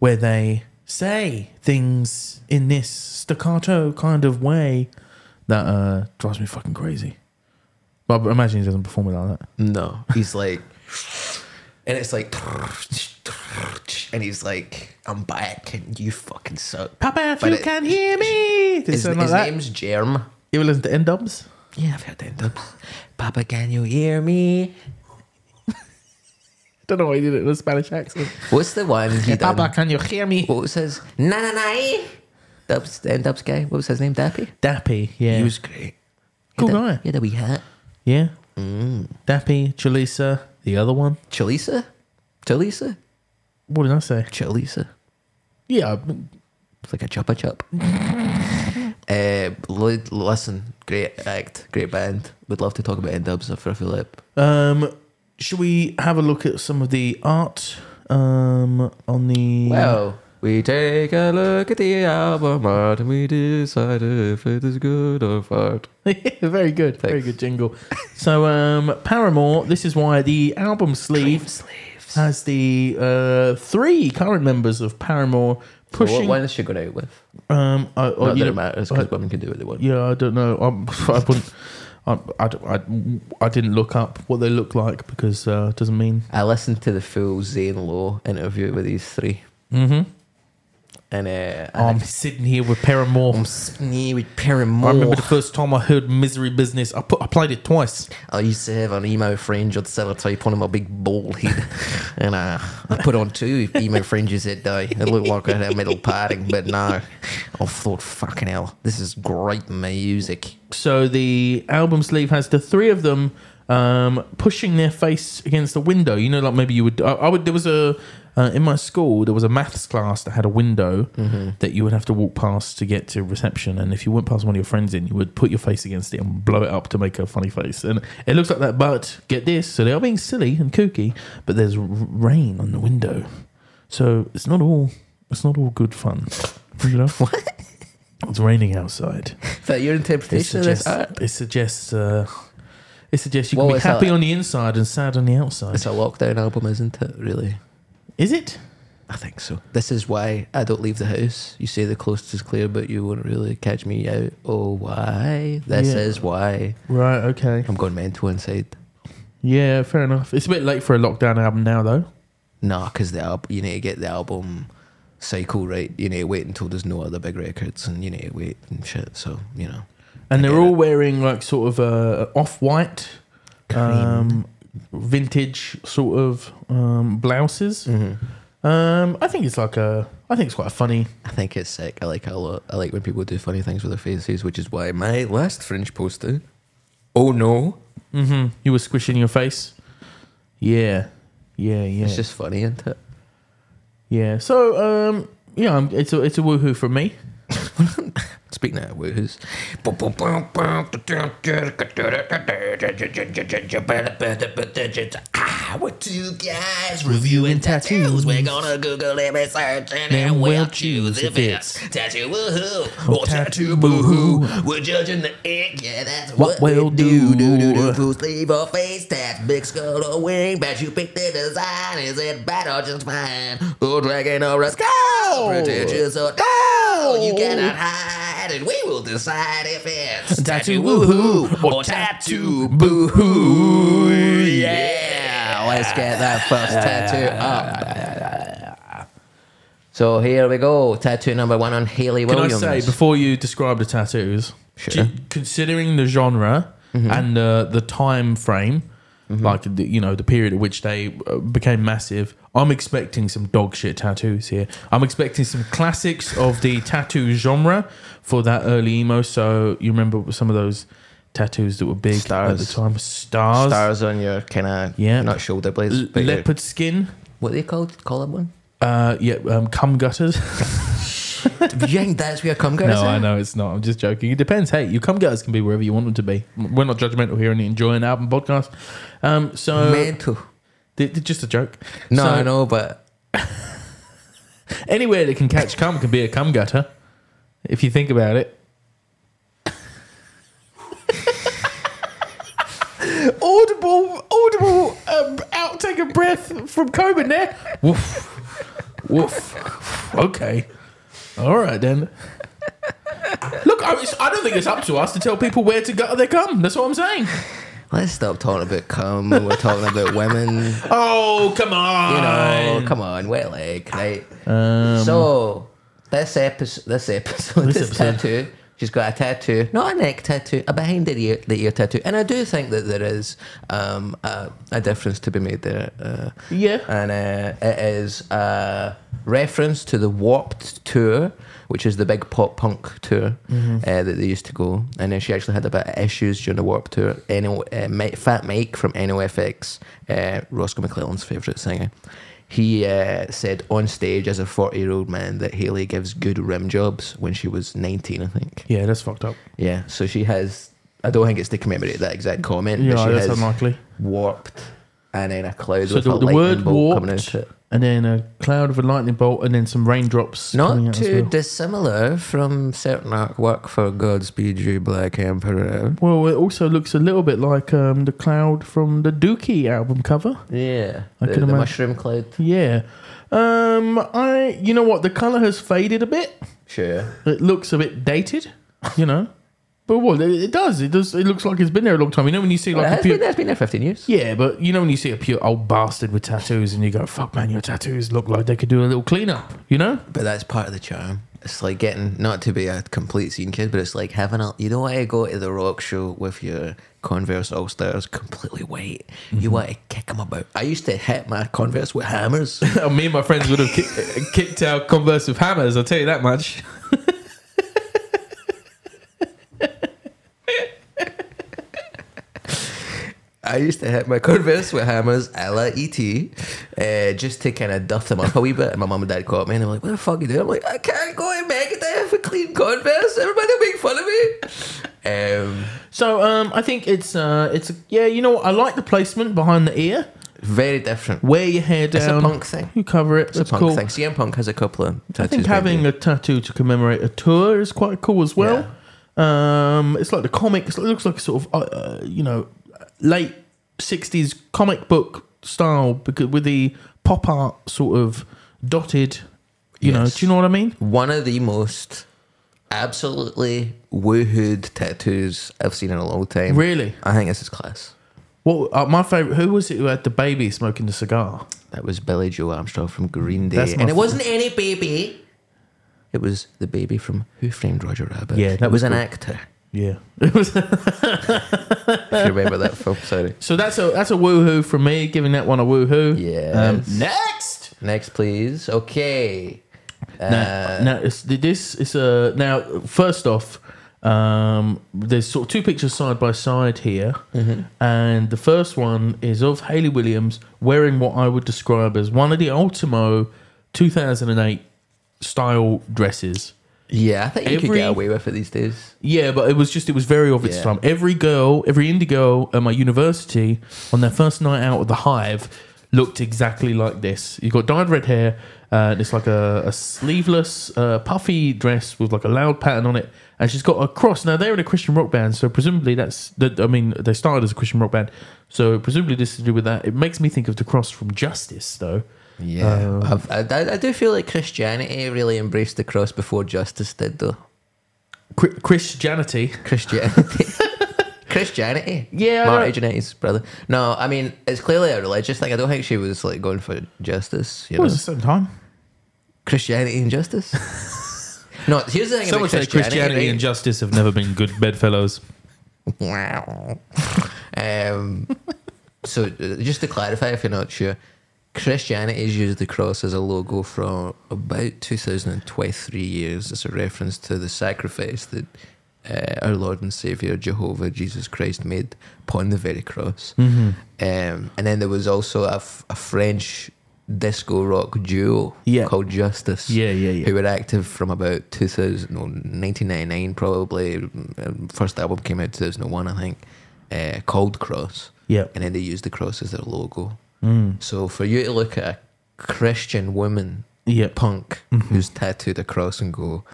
[SPEAKER 1] where they say things in this staccato kind of way that uh, drives me fucking crazy. But I imagine he doesn't perform it like that.
[SPEAKER 2] No, he's like, and it's like, and he's like, I'm back, and you fucking suck.
[SPEAKER 1] Papa, if
[SPEAKER 2] But
[SPEAKER 1] you
[SPEAKER 2] it-
[SPEAKER 1] can hear me, Did it
[SPEAKER 2] His,
[SPEAKER 1] sound like
[SPEAKER 2] his
[SPEAKER 1] that?
[SPEAKER 2] name's Germ.
[SPEAKER 1] You ever listen to N Dubs?
[SPEAKER 2] Yeah, I've heard that. Papa, can you hear me?
[SPEAKER 1] Don't know why he did it in a Spanish accent. Oh.
[SPEAKER 2] What's the one he done?
[SPEAKER 4] Papa, can you hear me?
[SPEAKER 2] What was his? Na na na. Dubs, the end dubs guy. What was his name? Dappy.
[SPEAKER 1] Dappy, yeah,
[SPEAKER 2] He was great.
[SPEAKER 1] cool
[SPEAKER 2] He had a-
[SPEAKER 1] guy.
[SPEAKER 2] He had a wee hat.
[SPEAKER 1] Yeah. Dappy, Chalisa, the other one.
[SPEAKER 2] Chalisa. Chalisa.
[SPEAKER 1] What did I say?
[SPEAKER 2] Chalisa.
[SPEAKER 1] Yeah.
[SPEAKER 2] It's like a chupa chup. uh, li- listen, great act, great band. Would love to talk about end dubs for a full lip.
[SPEAKER 1] Um, should we have a look at some of the art um, on the.
[SPEAKER 2] Well,
[SPEAKER 6] We take a look at the album art and we decide if it is good or fart.
[SPEAKER 1] very good. Very good jingle. so, um, Paramore, this is why the album sleeve has the uh, three current members of Paramore
[SPEAKER 2] what
[SPEAKER 1] pushing.
[SPEAKER 2] one is she going out with?
[SPEAKER 1] um, I, I-
[SPEAKER 2] Not
[SPEAKER 1] you
[SPEAKER 2] that
[SPEAKER 1] know-
[SPEAKER 2] it matters because women can do what they want.
[SPEAKER 1] Yeah, I don't know. I'm, I wouldn't. I, I, don't- I, I didn't look up what they look like because uh, it doesn't mean
[SPEAKER 2] I listened to the full Zane Lowe interview with these 3 Mm-hmm. And uh,
[SPEAKER 1] Oh, I'm sitting here with Paramore.
[SPEAKER 2] I'm skinny with
[SPEAKER 1] I
[SPEAKER 2] Paramore.
[SPEAKER 1] remember the first time I heard Misery Business. I put I played it twice.
[SPEAKER 2] I used to have an emo fringe. I'd sell a tape on my big bald head, and uh, I put on two emo fringes that day. It looked like I had a metal parting, but no. I thought, fucking hell, this is great music.
[SPEAKER 1] So the album sleeve has the three of them um, pushing their face against the window. You know, like maybe you would. I, I would. There was a uh, in my school there was a maths class that had a window that you would have to walk past to get to reception. And if you went past one of your friends in, you would put your face against it and blow it up to make a funny face. And it looks like that. But get this. So they are being silly and kooky, but there's r- rain on the window. So it's not all. It's not all good fun. You know. what? It's raining outside.
[SPEAKER 2] Is that your
[SPEAKER 1] It
[SPEAKER 2] interpretation of this
[SPEAKER 1] suggests,
[SPEAKER 2] art?
[SPEAKER 1] it suggests, uh, it suggests you
[SPEAKER 2] Well,
[SPEAKER 1] can be
[SPEAKER 2] it's a-
[SPEAKER 1] happy on the inside and sad on the outside.
[SPEAKER 2] It's a lockdown album, isn't it? Really?
[SPEAKER 1] Is it?
[SPEAKER 2] I think so. This is why I don't leave the house. You say the coast is clear, but you won't really catch me out. Oh, why? This
[SPEAKER 1] Yeah.
[SPEAKER 2] is why
[SPEAKER 1] Right. Okay.
[SPEAKER 2] I'm going mental inside.
[SPEAKER 1] Yeah. Fair enough. It's a bit late for a lockdown album now, though.
[SPEAKER 2] Nah, because the al- you need to get the album cycle right. You need to wait until there's no other big records, and you need to wait and shit. So you know,
[SPEAKER 1] And
[SPEAKER 2] I
[SPEAKER 1] they're
[SPEAKER 2] get
[SPEAKER 1] all wearing like sort of uh, off-white, um, vintage sort of um, blouses. Um, I think it's like a. I think it's quite a funny.
[SPEAKER 2] I think it's sick. I like it a lot. I like when people do funny things with their faces, which is why my last fringe poster. Oh no,
[SPEAKER 1] mm-hmm, You were squishing your face. Yeah. Yeah. Yeah.
[SPEAKER 2] it's just funny, isn't it?
[SPEAKER 1] yeah. So um, yeah, I'm- it's a it's a woohoo from me.
[SPEAKER 2] Speaking of woohoo's,
[SPEAKER 7] Ah, we're two guys reviewing tattoos. We're gonna Google image search and then we'll choose if it's tattoo woohoo or tattoo boo hoo. We're judging the ink, yeah, that's what,
[SPEAKER 1] we'll
[SPEAKER 7] we do. do,
[SPEAKER 1] do.
[SPEAKER 7] do, do. Full sleeve or face tat, big skull or wing. Bet you pick the design. Is it bad or just fine? Or dragon or a skull? Pretentious or no? You cannot hide, and we will decide if it's tattoo woohoo or tattoo boo hoo. Yeah.
[SPEAKER 2] let's get that first tattoo up. So here we go, tattoo number one on Haley
[SPEAKER 1] Can
[SPEAKER 2] Williams.
[SPEAKER 1] I say before you describe the tattoos,
[SPEAKER 2] Sure. Mm-hmm.
[SPEAKER 1] do- considering the genre and uh, the time frame, like the, you know the period at which they uh, became massive, I'm expecting some dog shit tattoos here. I'm expecting some classics of the tattoo genre for that early emo. So you remember some of those tattoos that were big at the
[SPEAKER 2] Stars.
[SPEAKER 1] time, stars,
[SPEAKER 2] Stars on your kind of
[SPEAKER 1] Yeah.
[SPEAKER 2] not shoulder blades, but your-
[SPEAKER 1] leopard skin.
[SPEAKER 2] what are they called? Collarbone.
[SPEAKER 1] Uh, yeah, um, cum gutters.
[SPEAKER 2] you think that's where cum gutters
[SPEAKER 1] no, I
[SPEAKER 2] are?
[SPEAKER 1] know it's not. I'm just joking. It depends. Hey, your cum gutters can be wherever you want them to be. We're not judgmental here and enjoy an album podcast. Um, so
[SPEAKER 2] Mental.
[SPEAKER 1] Th- th- just a joke.
[SPEAKER 2] No,
[SPEAKER 1] So
[SPEAKER 2] I know, but
[SPEAKER 1] Anywhere that can catch cum can be a cum gutter, if you think about it. audible, audible um, outtake of breath from Coben there. Woof, woof. Okay, all right then. Look, I, it's- I don't think it's up to us to tell people where to gutter their cum. That's what I'm saying.
[SPEAKER 2] let's stop talking about cum. when We're talking about women.
[SPEAKER 1] Oh, come on.
[SPEAKER 2] you know, come on, wet leg, right? so this episode, this episode, Um, this,
[SPEAKER 1] episode.
[SPEAKER 2] tattoo, she's got a tattoo, not a neck tattoo, a behind the ear, the ear tattoo, and I do think that there is um, a, a difference to be made there. Uh,
[SPEAKER 1] Yeah.
[SPEAKER 2] and uh, it is a reference to the Warped tour. Which is the big pop punk tour
[SPEAKER 1] Mm-hmm.
[SPEAKER 2] uh, that they used to go, and then she actually had a bit of issues during the Warped tour. NO, uh, Ma- Fat Mike from NOFX, uh, Roscoe McClellan's favourite singer, he uh, said on stage as a 40 year old man that Haley gives good rim jobs when she was 19, I think.
[SPEAKER 1] Yeah, that's fucked up.
[SPEAKER 2] Yeah, so she has. I don't think it's to commemorate that exact comment.
[SPEAKER 1] Yeah,
[SPEAKER 2] but she
[SPEAKER 1] that's
[SPEAKER 2] has
[SPEAKER 1] unlikely.
[SPEAKER 2] Warped and then a cloud
[SPEAKER 1] So
[SPEAKER 2] with
[SPEAKER 1] the,
[SPEAKER 2] a
[SPEAKER 1] the
[SPEAKER 2] lightning
[SPEAKER 1] word
[SPEAKER 2] bolt
[SPEAKER 1] warped,
[SPEAKER 2] coming out of it.
[SPEAKER 1] and then a cloud of a lightning bolt, and then some raindrops. coming
[SPEAKER 2] Not
[SPEAKER 1] out as
[SPEAKER 2] too
[SPEAKER 1] well.
[SPEAKER 2] dissimilar from certain artwork for Godspeed You Black Emperor.
[SPEAKER 1] well, it also looks a little bit like um, the cloud from the Dookie album cover.
[SPEAKER 2] Yeah,
[SPEAKER 1] I
[SPEAKER 2] the,
[SPEAKER 1] can
[SPEAKER 2] the
[SPEAKER 1] imagine.
[SPEAKER 2] mushroom cloud.
[SPEAKER 1] Yeah. Um, I, you know what? The color has faded a bit.
[SPEAKER 2] Sure.
[SPEAKER 1] It looks a bit dated. You know, but what it, it does, it does. It looks like it's been there a long time. You know when you see
[SPEAKER 2] Well, it
[SPEAKER 1] like a
[SPEAKER 2] has
[SPEAKER 1] pure,
[SPEAKER 2] been, it's been there 15 years.
[SPEAKER 1] yeah, but you know when you see a pure old bastard with tattoos, and you go, "Fuck, man, your tattoos look like they could do a little cleanup." You know?
[SPEAKER 2] But that's part of the charm. It's like getting not to be a complete scene kid, but it's like having a. You don't want to go to the rock show with your Converse All Stars completely white.
[SPEAKER 1] Mm-hmm.
[SPEAKER 2] You want to kick them about. I used to hit my Converse with hammers.
[SPEAKER 1] Me and my friends would have kicked, kicked our Converse with hammers. I'll tell you that much.
[SPEAKER 2] I used to hit my Converse with hammers, a la ET, E uh, just to kind of duff them up a wee bit. And my mum and dad caught me, and they were like, "What the fuck you doing?" I'm like, "I can't go in Megadeth with clean Converse. Everybody will make fun of me." Um,
[SPEAKER 1] So um, I think it's uh, it's yeah. You know what? I like the placement behind the ear.
[SPEAKER 2] very different.
[SPEAKER 1] Wear your hair
[SPEAKER 2] a
[SPEAKER 1] down.
[SPEAKER 2] punk thing.
[SPEAKER 1] You cover it. It's
[SPEAKER 2] It's a
[SPEAKER 1] That's
[SPEAKER 2] punk
[SPEAKER 1] cool.
[SPEAKER 2] thing. CM Punk has a couple of tattoos.
[SPEAKER 1] I think having a tattoo to commemorate a tour is quite cool as well. Um, it's like the comic. It looks like a sort of uh, uh, you know late sixties comic book style because with the pop art sort of dotted. You know,
[SPEAKER 2] Yes.
[SPEAKER 1] do you know what I mean?
[SPEAKER 2] one of the most absolutely woohooed tattoos I've seen in a long time.
[SPEAKER 1] Really?
[SPEAKER 2] I think this is class.
[SPEAKER 1] What uh, my favorite? Who was it who had the baby smoking the cigar?
[SPEAKER 2] That was Billy Joe Armstrong from Green Day.
[SPEAKER 1] That's my
[SPEAKER 2] and it wasn't any baby. It was the baby from Who Framed Roger Rabbit.
[SPEAKER 1] Yeah, that
[SPEAKER 2] it
[SPEAKER 1] was
[SPEAKER 2] was an
[SPEAKER 1] cool.
[SPEAKER 2] actor.
[SPEAKER 1] Yeah, it was
[SPEAKER 2] If you remember that film, sorry.
[SPEAKER 1] So that's a that's a woohoo from me, giving that one a woohoo.
[SPEAKER 2] Yes.
[SPEAKER 1] Um, next.
[SPEAKER 2] Next, please. Okay.
[SPEAKER 1] now, now it's, this is a now first off. Um, there's sort of two pictures side by side here, and the first one is of Haley Williams wearing what I would describe as one of the Ultimo 2008 style dresses.
[SPEAKER 2] Yeah, I think you could
[SPEAKER 1] Every-
[SPEAKER 2] get away with it these days.
[SPEAKER 1] Yeah, but it was just it was very of its
[SPEAKER 2] Yeah.
[SPEAKER 1] time. Every girl, every indie girl at my university on their first night out of the hive looked exactly like this. You've got dyed red hair, uh, and it's like a, a sleeveless, uh, puffy dress with like a loud pattern on it, and she's got a cross. Now they're in a Christian rock band, so presumably that's that. I mean, they started as a Christian rock band, so presumably this is to do with that. It makes me think of the cross from Justice, though.
[SPEAKER 2] Yeah. Um, I've- I, I, I do feel like Christianity really embraced the cross before justice did, though.
[SPEAKER 1] Cri- Christianity.
[SPEAKER 2] Christianity. Christianity.
[SPEAKER 1] Yeah, I
[SPEAKER 2] Marty
[SPEAKER 1] don't-
[SPEAKER 2] Jannetty's brother. No, I mean it's clearly a religious thing. I don't think she was like going for justice. You
[SPEAKER 1] It
[SPEAKER 2] know,
[SPEAKER 1] was the same time.
[SPEAKER 2] Christianity and justice. no, here's the thing
[SPEAKER 1] Someone
[SPEAKER 2] about
[SPEAKER 1] said
[SPEAKER 2] Christianity.
[SPEAKER 1] Christianity
[SPEAKER 2] right?
[SPEAKER 1] and justice have never been good bedfellows.
[SPEAKER 2] Wow. um, so, uh, just to clarify, if you're not sure, Christianity's used the cross as a logo for about 2023 years as a reference to the sacrifice that uh, our Lord and Savior Jehovah Jesus Christ
[SPEAKER 1] Mm-hmm.
[SPEAKER 2] made upon the very cross. Um, and then there was also a, f- a French disco rock duo
[SPEAKER 1] Yeah.
[SPEAKER 2] called Justice.
[SPEAKER 1] Yeah, yeah, yeah.
[SPEAKER 2] Who were active from about 2000, no, 1999 probably. Um, First album came out 2001, I think, uh, called Cross.
[SPEAKER 1] Yeah.
[SPEAKER 2] And then they used the cross as their logo.
[SPEAKER 1] Mm.
[SPEAKER 2] So for you to look at a Christian woman
[SPEAKER 1] Yeah. Mm-hmm.
[SPEAKER 2] punk who's tattooed a cross and go,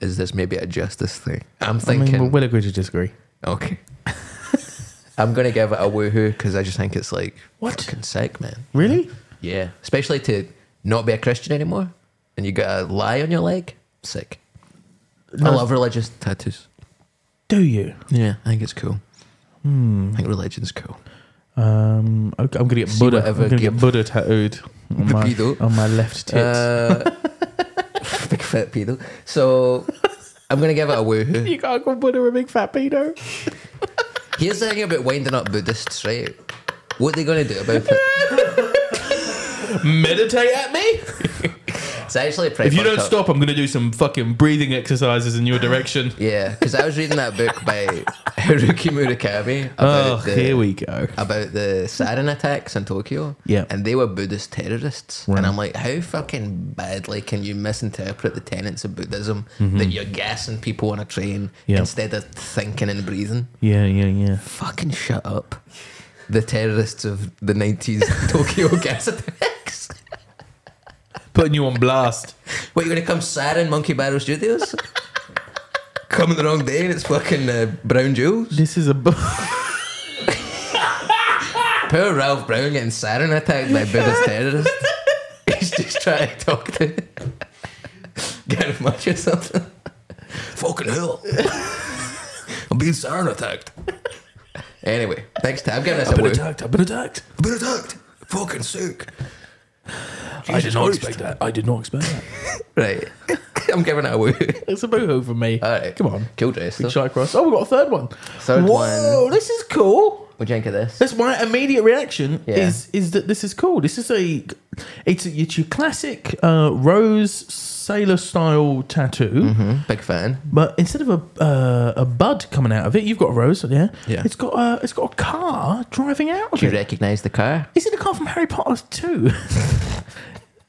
[SPEAKER 2] is this maybe a justice thing? I'm
[SPEAKER 1] I mean,
[SPEAKER 2] thinking,
[SPEAKER 1] we'll- we'll agree to disagree.
[SPEAKER 2] okay. I'm going to give it a woohoo because I just think it's like, what? Fucking sick, man.
[SPEAKER 1] Really?
[SPEAKER 2] Yeah, especially to not be a Christian anymore, and you got a lie on your leg. Sick. I love religious tattoos.
[SPEAKER 1] Do you?
[SPEAKER 2] Yeah, I think it's cool. I think religion's cool.
[SPEAKER 1] Um, okay, I'm gonna get
[SPEAKER 2] See
[SPEAKER 1] Buddha. I'm
[SPEAKER 2] whatever
[SPEAKER 1] gonna get
[SPEAKER 2] gift.
[SPEAKER 1] Buddha tattooed on
[SPEAKER 2] The
[SPEAKER 1] my,
[SPEAKER 2] pedo.
[SPEAKER 1] on my left tit.
[SPEAKER 2] Uh, big fat pedo. So I'm gonna give it a woohoo.
[SPEAKER 1] you can't call Buddha a big fat pedo.
[SPEAKER 2] Here's the thing about winding up Buddhists, right? What are they gonna do about it?
[SPEAKER 1] Meditate at me.
[SPEAKER 2] It's actually pretty.
[SPEAKER 1] If you
[SPEAKER 2] fucked
[SPEAKER 1] don't
[SPEAKER 2] up.
[SPEAKER 1] stop, I'm gonna do some fucking breathing exercises in your direction.
[SPEAKER 2] Yeah, because I was reading that book by Haruki Murakami.
[SPEAKER 1] Oh,
[SPEAKER 2] about the-
[SPEAKER 1] here we go.
[SPEAKER 2] about the sarin attacks in Tokyo.
[SPEAKER 1] Yeah.
[SPEAKER 2] And they were Buddhist terrorists. And I'm like, how fucking badly can you misinterpret the tenets of Buddhism that you're gassing people on a train
[SPEAKER 1] Mm-hmm. Yeah.
[SPEAKER 2] instead of thinking and breathing?
[SPEAKER 1] Yeah, yeah, yeah.
[SPEAKER 2] Fucking shut up. The terrorists of the 90s Tokyo gas attacks.
[SPEAKER 1] Putting you on blast.
[SPEAKER 2] What, you're going to come sarin Monkey Barrel Studios? Coming the wrong day and it's fucking uh, Brown Jewels.
[SPEAKER 1] This is a. Bu-
[SPEAKER 2] Poor Ralph Brown getting sarin attacked by Buddhist terrorists. He's just trying to talk to get him much or something. Fucking hell. I'm being sarin attacked. Anyway, thanks to I'm giving this a woo.
[SPEAKER 1] I've been attacked.
[SPEAKER 2] I've been attacked. Fucking sick.
[SPEAKER 1] I did not expect that. I did not expect that.
[SPEAKER 2] Right. I'm giving it a woo.
[SPEAKER 1] it's a boohoo for me.
[SPEAKER 2] All right.
[SPEAKER 1] Come on.
[SPEAKER 2] Kill dress.
[SPEAKER 1] Big
[SPEAKER 2] though.
[SPEAKER 1] shy cross. Oh, we've got a third one.
[SPEAKER 2] Third
[SPEAKER 1] Whoa,
[SPEAKER 2] one.
[SPEAKER 1] this is cool.
[SPEAKER 2] What do you think of this?
[SPEAKER 1] That's my immediate reaction
[SPEAKER 2] Yeah.
[SPEAKER 1] is is that this is cool. This is a it's, a, it's your classic uh, rose sailor style tattoo,
[SPEAKER 2] Big fan.
[SPEAKER 1] but instead of a uh, a bud coming out of it, you've got a rose. Yeah,
[SPEAKER 2] Yeah.
[SPEAKER 1] It's got a it's got a car driving out of
[SPEAKER 2] Do you
[SPEAKER 1] it.
[SPEAKER 2] recognise the car?
[SPEAKER 1] Is it the car from Harry Potter two?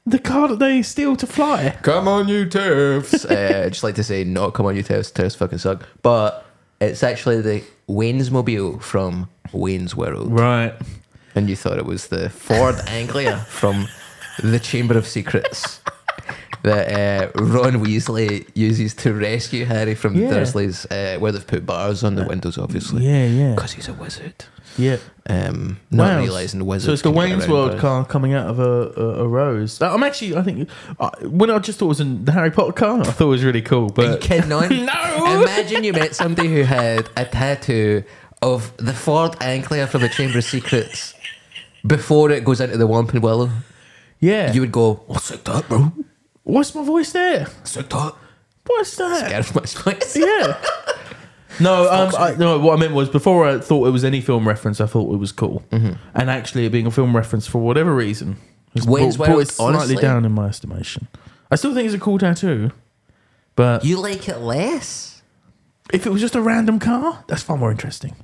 [SPEAKER 1] the car that they steal to fly.
[SPEAKER 2] Come on, you turfs. uh, I'd just like to say, not come on, you turfs. Turfs fucking suck. But it's actually the Wayne's Mobile from Wayne's World.
[SPEAKER 1] Right.
[SPEAKER 2] And you thought it was the Ford Anglia from the Chamber of Secrets that uh, Ron Weasley uses to rescue Harry from
[SPEAKER 1] Yeah. Uh,
[SPEAKER 2] the Dursleys, uh, where they've put bars on the windows, obviously.
[SPEAKER 1] Yeah, yeah,
[SPEAKER 2] Because he's a wizard.
[SPEAKER 1] yeah.
[SPEAKER 2] Um, not
[SPEAKER 1] Wales.
[SPEAKER 2] realizing wizards.
[SPEAKER 1] So it's the
[SPEAKER 2] can get
[SPEAKER 1] Wayne's
[SPEAKER 2] around
[SPEAKER 1] World
[SPEAKER 2] bars.
[SPEAKER 1] car coming out of a, a, a rose. Uh, I'm actually, I think, uh, when I just thought it was in the Harry Potter car, I thought it was really cool.
[SPEAKER 2] You
[SPEAKER 1] But
[SPEAKER 2] cannot.
[SPEAKER 1] No.
[SPEAKER 2] Imagine you met somebody who had a tattoo of the Ford Anglia from the Chamber of Secrets before it goes into the Wampin Willow.
[SPEAKER 1] yeah,
[SPEAKER 2] You would go, "What's like that, bro?
[SPEAKER 1] what's my voice there?
[SPEAKER 2] What's like that?"
[SPEAKER 1] What's that?
[SPEAKER 2] Out of my space.
[SPEAKER 1] Yeah. No, um, I, no. What I meant was before I thought it was any film reference. I thought it was cool,
[SPEAKER 2] Mm-hmm.
[SPEAKER 1] and actually, it being a film reference for whatever reason has
[SPEAKER 2] Wayne's
[SPEAKER 1] brought, brought
[SPEAKER 2] World,
[SPEAKER 1] it slightly
[SPEAKER 2] honestly-
[SPEAKER 1] down in my estimation. I still think it's a cool tattoo, but
[SPEAKER 2] You like it less?
[SPEAKER 1] if it was just a random car, that's far more interesting.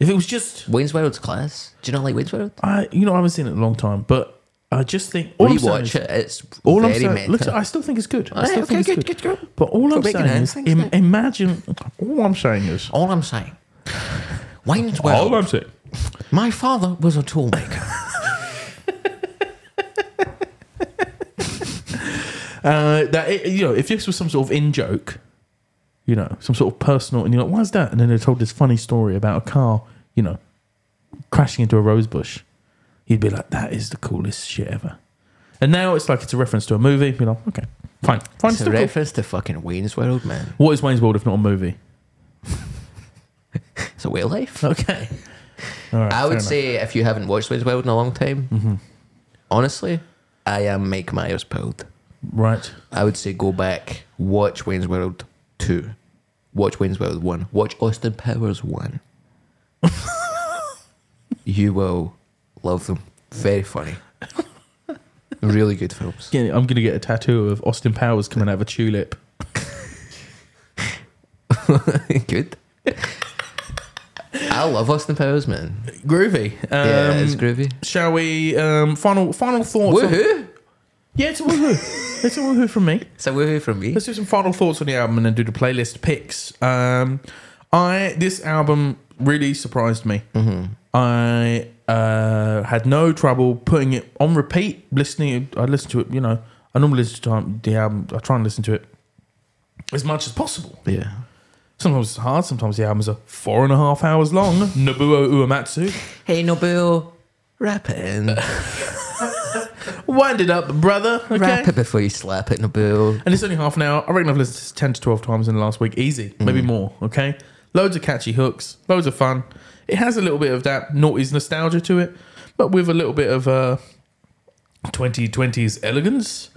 [SPEAKER 1] If it was just
[SPEAKER 2] Wayne's World's class. Do you not like Wayne's World?
[SPEAKER 1] I, you know, I haven't seen it in a long time, but I just think all I'm saying
[SPEAKER 2] Rewatch
[SPEAKER 1] is,
[SPEAKER 2] it. It's
[SPEAKER 1] all I'm
[SPEAKER 2] very
[SPEAKER 1] saying,
[SPEAKER 2] meta.
[SPEAKER 1] look, I still think it's good. I still
[SPEAKER 2] okay,
[SPEAKER 1] think it's
[SPEAKER 2] good,
[SPEAKER 1] good.
[SPEAKER 2] good, good.
[SPEAKER 1] But all I'm
[SPEAKER 2] making
[SPEAKER 1] saying
[SPEAKER 2] it.
[SPEAKER 1] is,
[SPEAKER 2] Thanks,
[SPEAKER 1] im-
[SPEAKER 2] mate.
[SPEAKER 1] imagine. All I'm saying is.
[SPEAKER 2] all I'm saying. Wayne's World.
[SPEAKER 1] saying.
[SPEAKER 2] My father was a toolmaker.
[SPEAKER 1] Uh, that it, you know, if this was some sort of in joke, you know, some sort of personal, and you're like, "Why's that?" And then they told this funny story about a car, you know, crashing into a rose bush. You'd be like, "That is the coolest shit ever." And now it's like it's a reference to a movie. You're like, "Okay, fine, fine."
[SPEAKER 2] it's
[SPEAKER 1] still
[SPEAKER 2] a
[SPEAKER 1] cool."
[SPEAKER 2] reference to fucking Wayne's World, man.
[SPEAKER 1] What is Wayne's World if not a movie?
[SPEAKER 2] It's a way of life.
[SPEAKER 1] Okay. All right,
[SPEAKER 2] I
[SPEAKER 1] fair enough.
[SPEAKER 2] would
[SPEAKER 1] Mm-hmm.
[SPEAKER 2] say if you haven't watched Wayne's World in a long time, honestly, I am Mike Myers pilled.
[SPEAKER 1] right.
[SPEAKER 2] I would say go back, watch Wayne's World 2, watch Wayne's World 1, watch Austin Powers 1. you will love them. Very funny. really good films.
[SPEAKER 1] Yeah, I'm gonna get a tattoo of Austin Powers coming out of a tulip.
[SPEAKER 2] good. I love Austin Powers, man.
[SPEAKER 1] Groovy. Um,
[SPEAKER 2] Yeah, it's groovy.
[SPEAKER 1] Shall we? Um, final final thoughts. on-
[SPEAKER 2] Woohoo!
[SPEAKER 1] yeah, it's a woohoo. it's a woohoo from me.
[SPEAKER 2] It's a woohoo from me.
[SPEAKER 1] Let's do some final thoughts on the album and then do the playlist picks. Um, I this album really surprised me.
[SPEAKER 2] Mm-hmm.
[SPEAKER 1] I uh, had no trouble putting it on repeat. Listening, I listen to it. You know, I normally listen to um, the album. I try and listen to it as much as possible.
[SPEAKER 2] Yeah.
[SPEAKER 1] Sometimes it's hard. Sometimes the albums are four and a half hours long. Nobuo Uematsu
[SPEAKER 2] Hey, Nobu, rapping.
[SPEAKER 1] wind it up, brother. Okay.
[SPEAKER 2] Rap it before you slap it, Nobu.
[SPEAKER 1] And it's only half an hour. I reckon I've listened to this 10 to 12 times in the last week. Easy.
[SPEAKER 2] Mm.
[SPEAKER 1] Maybe more. Okay. Loads of catchy hooks. Loads of fun. It has a little bit of that noughties nostalgia to it, but with a little bit of uh, 2020s elegance.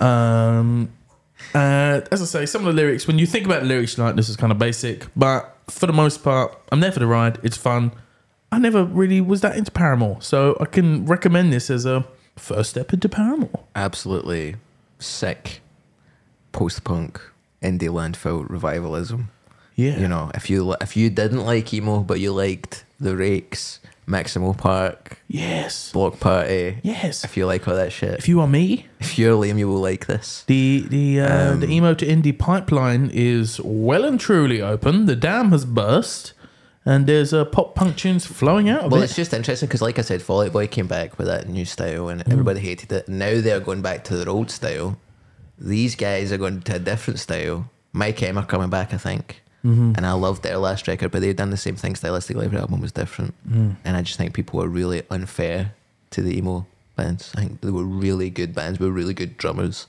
[SPEAKER 1] um, uh, as I say, some of the lyrics, when you think about the lyrics, you're like, this is kind of basic. But for the most part, I'm there for the ride. It's fun. I never really was that into Paramore. So I can recommend this as a first step into Paramore.
[SPEAKER 2] Absolutely sick post punk indie landfill revivalism.
[SPEAKER 1] Yeah.
[SPEAKER 2] You know, if you if you didn't like emo, but you liked the Rakes, Maximo Park,
[SPEAKER 1] Yes.
[SPEAKER 2] Block Party,
[SPEAKER 1] Yes.
[SPEAKER 2] if you like all that shit,
[SPEAKER 1] If you are me,
[SPEAKER 2] if you're lame, you will like this.
[SPEAKER 1] the the uh,
[SPEAKER 2] Um,
[SPEAKER 1] the emo to indie pipeline is well and truly open. The dam has burst, and there's uh, pop punk tunes flowing out of
[SPEAKER 2] Well, it's
[SPEAKER 1] it.
[SPEAKER 2] just interesting because, like I said, Fall Out Boy came back with that new style, and everybody hated it. Now they're going back to their old style. These guys are going to a different style. Mike M are coming back, I think, and I loved their last record, but they've done the same thing stylistically. Every album was different, and I just think people were really unfair to the emo bands. I think they were really good bands, were really good drummers,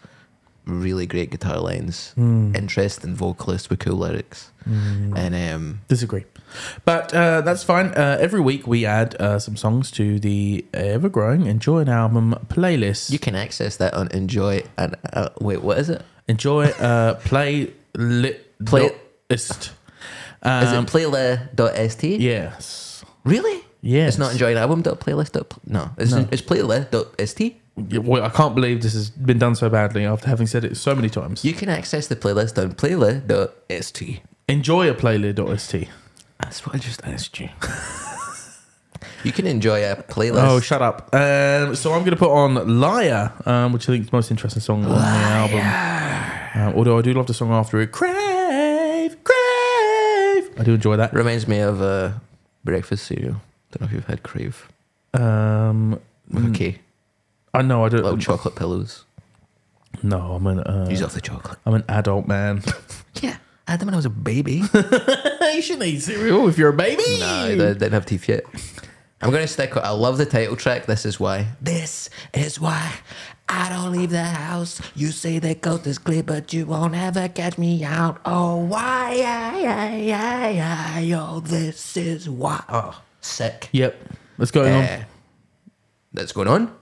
[SPEAKER 2] really great guitar lines, interesting vocalists with cool lyrics, and um,
[SPEAKER 1] Disagree, but uh, that's fine. Uh, every week we add uh, some songs to the ever growing Enjoy an Album playlist.
[SPEAKER 2] you can access that on Enjoy and uh, wait, what is it?
[SPEAKER 1] Enjoy uh, play lit
[SPEAKER 2] Play-
[SPEAKER 1] list.
[SPEAKER 2] Is
[SPEAKER 1] Um,
[SPEAKER 2] it playlist.st?
[SPEAKER 1] yes.
[SPEAKER 2] Really?
[SPEAKER 1] Yes.
[SPEAKER 2] It's not enjoying album dot playlist dot pl- no. It's, no. it's playlist.st.
[SPEAKER 1] Yeah, well, I can't believe this has been done so badly after having said it so many times.
[SPEAKER 2] You can access the playlist on playlist.st.
[SPEAKER 1] Enjoy a playlist.st.
[SPEAKER 2] That's what I just asked you. you can enjoy a playlist.
[SPEAKER 1] Oh, shut up. Um, so I'm going to put on Liar, um, which I think is the most interesting song on the album. Um, although I do love the song after it. Crave, crave. I do enjoy that.
[SPEAKER 2] Reminds me of uh, breakfast cereal. Don't know if you've had Crave.
[SPEAKER 1] Um,
[SPEAKER 2] With a K.
[SPEAKER 1] I know I don't.
[SPEAKER 2] Little chocolate pillows.
[SPEAKER 1] no, I'm an uh,
[SPEAKER 2] mm. Use off the chocolate.
[SPEAKER 1] I'm an adult man.
[SPEAKER 2] Yeah. I had them when I was a baby.
[SPEAKER 1] you shouldn't eat cereal if you're a baby.
[SPEAKER 2] No, I didn't have teeth yet. I'm going to stick with I love the title track. This is why.
[SPEAKER 7] This is why I don't leave the house. You say the coast is clear, but you won't ever catch me out. Oh, why? Yeah, yeah, yeah, yeah. Oh, this is why.
[SPEAKER 2] Oh, sick.
[SPEAKER 1] Yep, that's going on.
[SPEAKER 2] Uh, that's going on.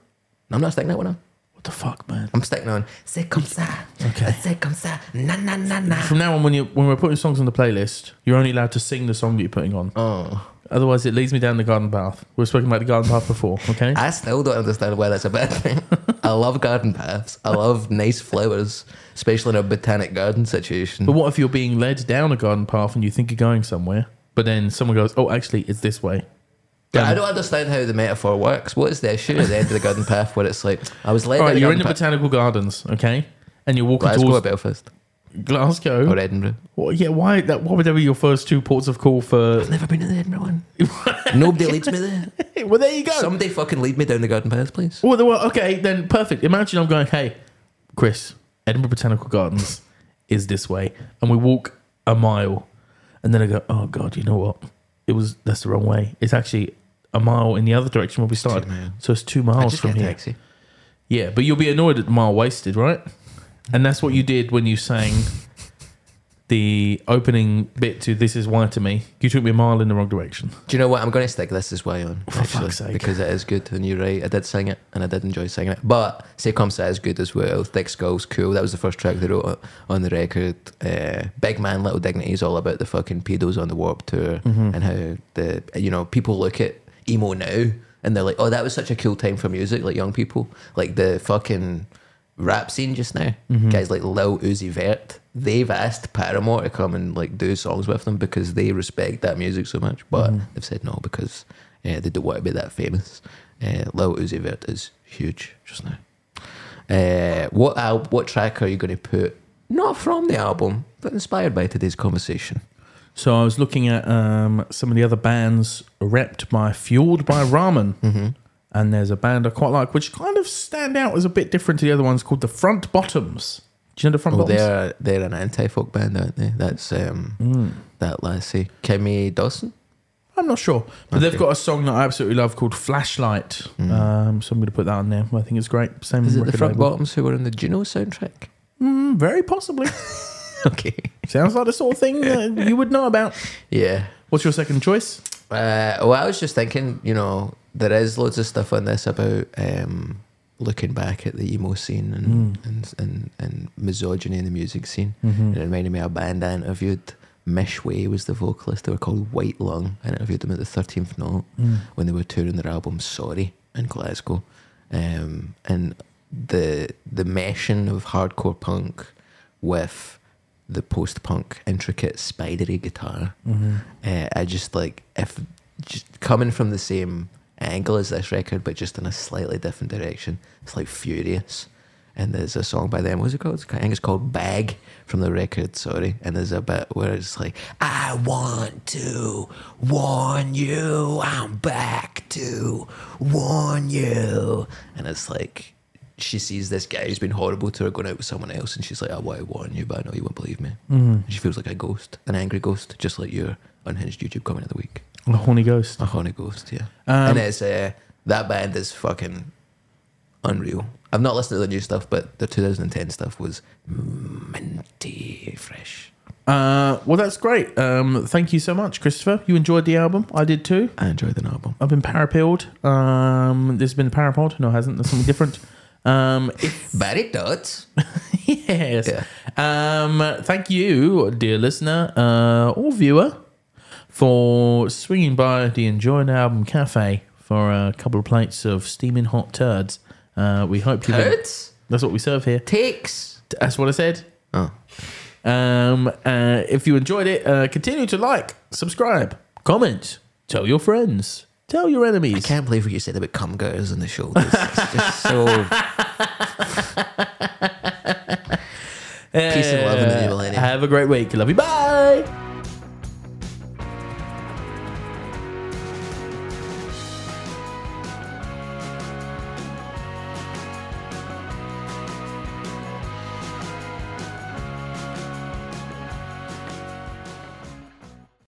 [SPEAKER 2] I'm not sticking that one on.
[SPEAKER 1] What the fuck, man?
[SPEAKER 2] I'm sticking on.
[SPEAKER 7] C'est comme ça.
[SPEAKER 1] Okay.
[SPEAKER 7] C'est comme ça. Na, na, na, na.
[SPEAKER 1] From now on, when you when we're putting songs on the playlist, you're only allowed to sing the song that you're putting on.
[SPEAKER 2] Oh,
[SPEAKER 1] Otherwise, it leads me down the garden path. We've spoken about the garden path before. Okay.
[SPEAKER 2] I still don't understand why that's a bad thing. I love garden paths. I love nice flowers, especially in a botanic garden situation.
[SPEAKER 1] But what if you're being led down a garden path and you think you're going somewhere, but then someone goes, "Oh, actually, it's this way."
[SPEAKER 2] But I don't understand how the metaphor works. What is the issue at the end of the garden path where it's like I was led?
[SPEAKER 1] All right,
[SPEAKER 2] down
[SPEAKER 1] you're
[SPEAKER 2] the
[SPEAKER 1] in the
[SPEAKER 2] garden path-
[SPEAKER 1] botanical gardens, okay, and you're walking
[SPEAKER 2] Glasgow or
[SPEAKER 1] towards
[SPEAKER 2] Belfast
[SPEAKER 1] Glasgow.
[SPEAKER 2] or Edinburgh.
[SPEAKER 1] Well, yeah, why? That what would that be your first two ports of call for?
[SPEAKER 2] Never been to the Edinburgh one. Nobody leads me there.
[SPEAKER 1] well, there you go.
[SPEAKER 2] Somebody fucking lead me down the garden path, please.
[SPEAKER 1] Well, there were- okay, then perfect. Imagine I'm going, "Hey, Chris, Edinburgh Botanical Gardens is this way," and we walk a mile, and then I go, "Oh God, you know what? It was that's the wrong way. It's actually." A mile in the other direction where we started, so it's two
[SPEAKER 2] I
[SPEAKER 1] miles
[SPEAKER 2] just
[SPEAKER 1] from
[SPEAKER 2] get a
[SPEAKER 1] here.
[SPEAKER 2] taxi.
[SPEAKER 1] Yeah, but you'll be annoyed at the mile wasted, right? And that's what you did when you sang the opening bit to "This Is Why" to me. You took me a mile in the wrong direction.
[SPEAKER 2] Do you know what? I'm going to stick this is why on actually
[SPEAKER 1] fuck's sake.
[SPEAKER 2] because it is good and you're right. I did sing it and I did enjoy singing it. But say comes is good as well. Thick skulls, cool. That was the first track they wrote on- on the record. Uh, Big man, little dignity is all about the fucking pedos on the warp tour
[SPEAKER 1] Mm-hmm.
[SPEAKER 2] and how the you know people look at emo now and they're like, oh, that was such a cool time for music, like young people, like the fucking rap scene just now, guys like Lil Uzi Vert, they've asked Paramore to come and like do songs with them because they respect that music so much. But they've said no because uh, they don't want to be that famous. Uh, Lil Uzi Vert is huge just now. Uh, what al- what track are you going to put? Not from the album, but inspired by today's conversation.
[SPEAKER 1] So I was looking at um, some of the other bands repped by Fueled by Ramen.
[SPEAKER 2] Mm-hmm.
[SPEAKER 1] And there's a band I quite like, which kind of stand out as a bit different to the other ones called the Front Bottoms. Do you know the Front
[SPEAKER 2] Well,
[SPEAKER 1] Bottoms?
[SPEAKER 2] Oh, they're they're an anti folk band, aren't they? That's um, that lassie, Kimmy Dawson.
[SPEAKER 1] I'm not sure. But they've
[SPEAKER 2] Okay. Mm.
[SPEAKER 1] got a song that I absolutely love called Flashlight. Um, so I'm going to put that on there. I think it's great. Same
[SPEAKER 2] Is it
[SPEAKER 1] record
[SPEAKER 2] the front
[SPEAKER 1] label.
[SPEAKER 2] bottoms who were on the Juno soundtrack?
[SPEAKER 1] Mm, very possibly.
[SPEAKER 2] Okay.
[SPEAKER 1] Sounds like the sort of thing that you would know about.
[SPEAKER 2] Yeah.
[SPEAKER 1] What's your second choice?
[SPEAKER 2] Uh, well, I was just thinking, you know, there is loads of stuff on this about um, looking back at the emo scene and and, and, and misogyny in the music scene.
[SPEAKER 1] Hmm.
[SPEAKER 2] And it reminded me of a band I interviewed. Mishway was the vocalist. They were called White Lung. I interviewed them at the 13th Note when they were touring their album Sorry in Glasgow. Um, and the the meshing of hardcore punk with the post punk intricate spidery guitar.
[SPEAKER 1] Mm-hmm.
[SPEAKER 2] Uh, I just like if just coming from the same angle as this record, but just in a slightly different direction. It's like furious. And there's a song by them. What's it called? It's ca- I think it's called "Bag" from the record. Sorry. And there's a bit where it's like, "I want to warn you, I'm back to warn you," and it's like she sees this guy who's been horrible to her going out with someone else, and she's like, "I want to warn you, but I know you won't believe me." Mm. She feels like a ghost, an angry ghost, just like your unhinged YouTube comment of the week,
[SPEAKER 1] The Horny Ghost.
[SPEAKER 2] a haunted ghost. Yeah,
[SPEAKER 1] Um,
[SPEAKER 2] and it's uh, that band is fucking unreal. I've not listened to the new stuff, but the 2010 stuff was minty fresh.
[SPEAKER 1] Uh, well, that's great. Um, thank you so much, Christopher. You enjoyed the album. I did too.
[SPEAKER 2] I enjoyed the album.
[SPEAKER 1] I've been parapilled. Um, this has been Parapod. No, it hasn't. That's something different. Um, if,
[SPEAKER 2] Barry Dodds.
[SPEAKER 1] yes. Um, thank you, dear listener uh, or viewer, for swinging by the Enjoy an Album Cafe for a couple of plates of steaming hot turds. Uh, we hope you
[SPEAKER 2] Dodds
[SPEAKER 1] That's what we serve here.
[SPEAKER 2] takes.
[SPEAKER 1] That's what I said.
[SPEAKER 2] Oh.
[SPEAKER 1] Um, uh, if you enjoyed it, uh, continue to like, subscribe, comment, tell your friends, tell your enemies.
[SPEAKER 2] Can't believe what you said about cum gutters on the show. It's, it's just so peace and love in the new millennium.
[SPEAKER 1] Uh, Have a great week. Love you. Bye.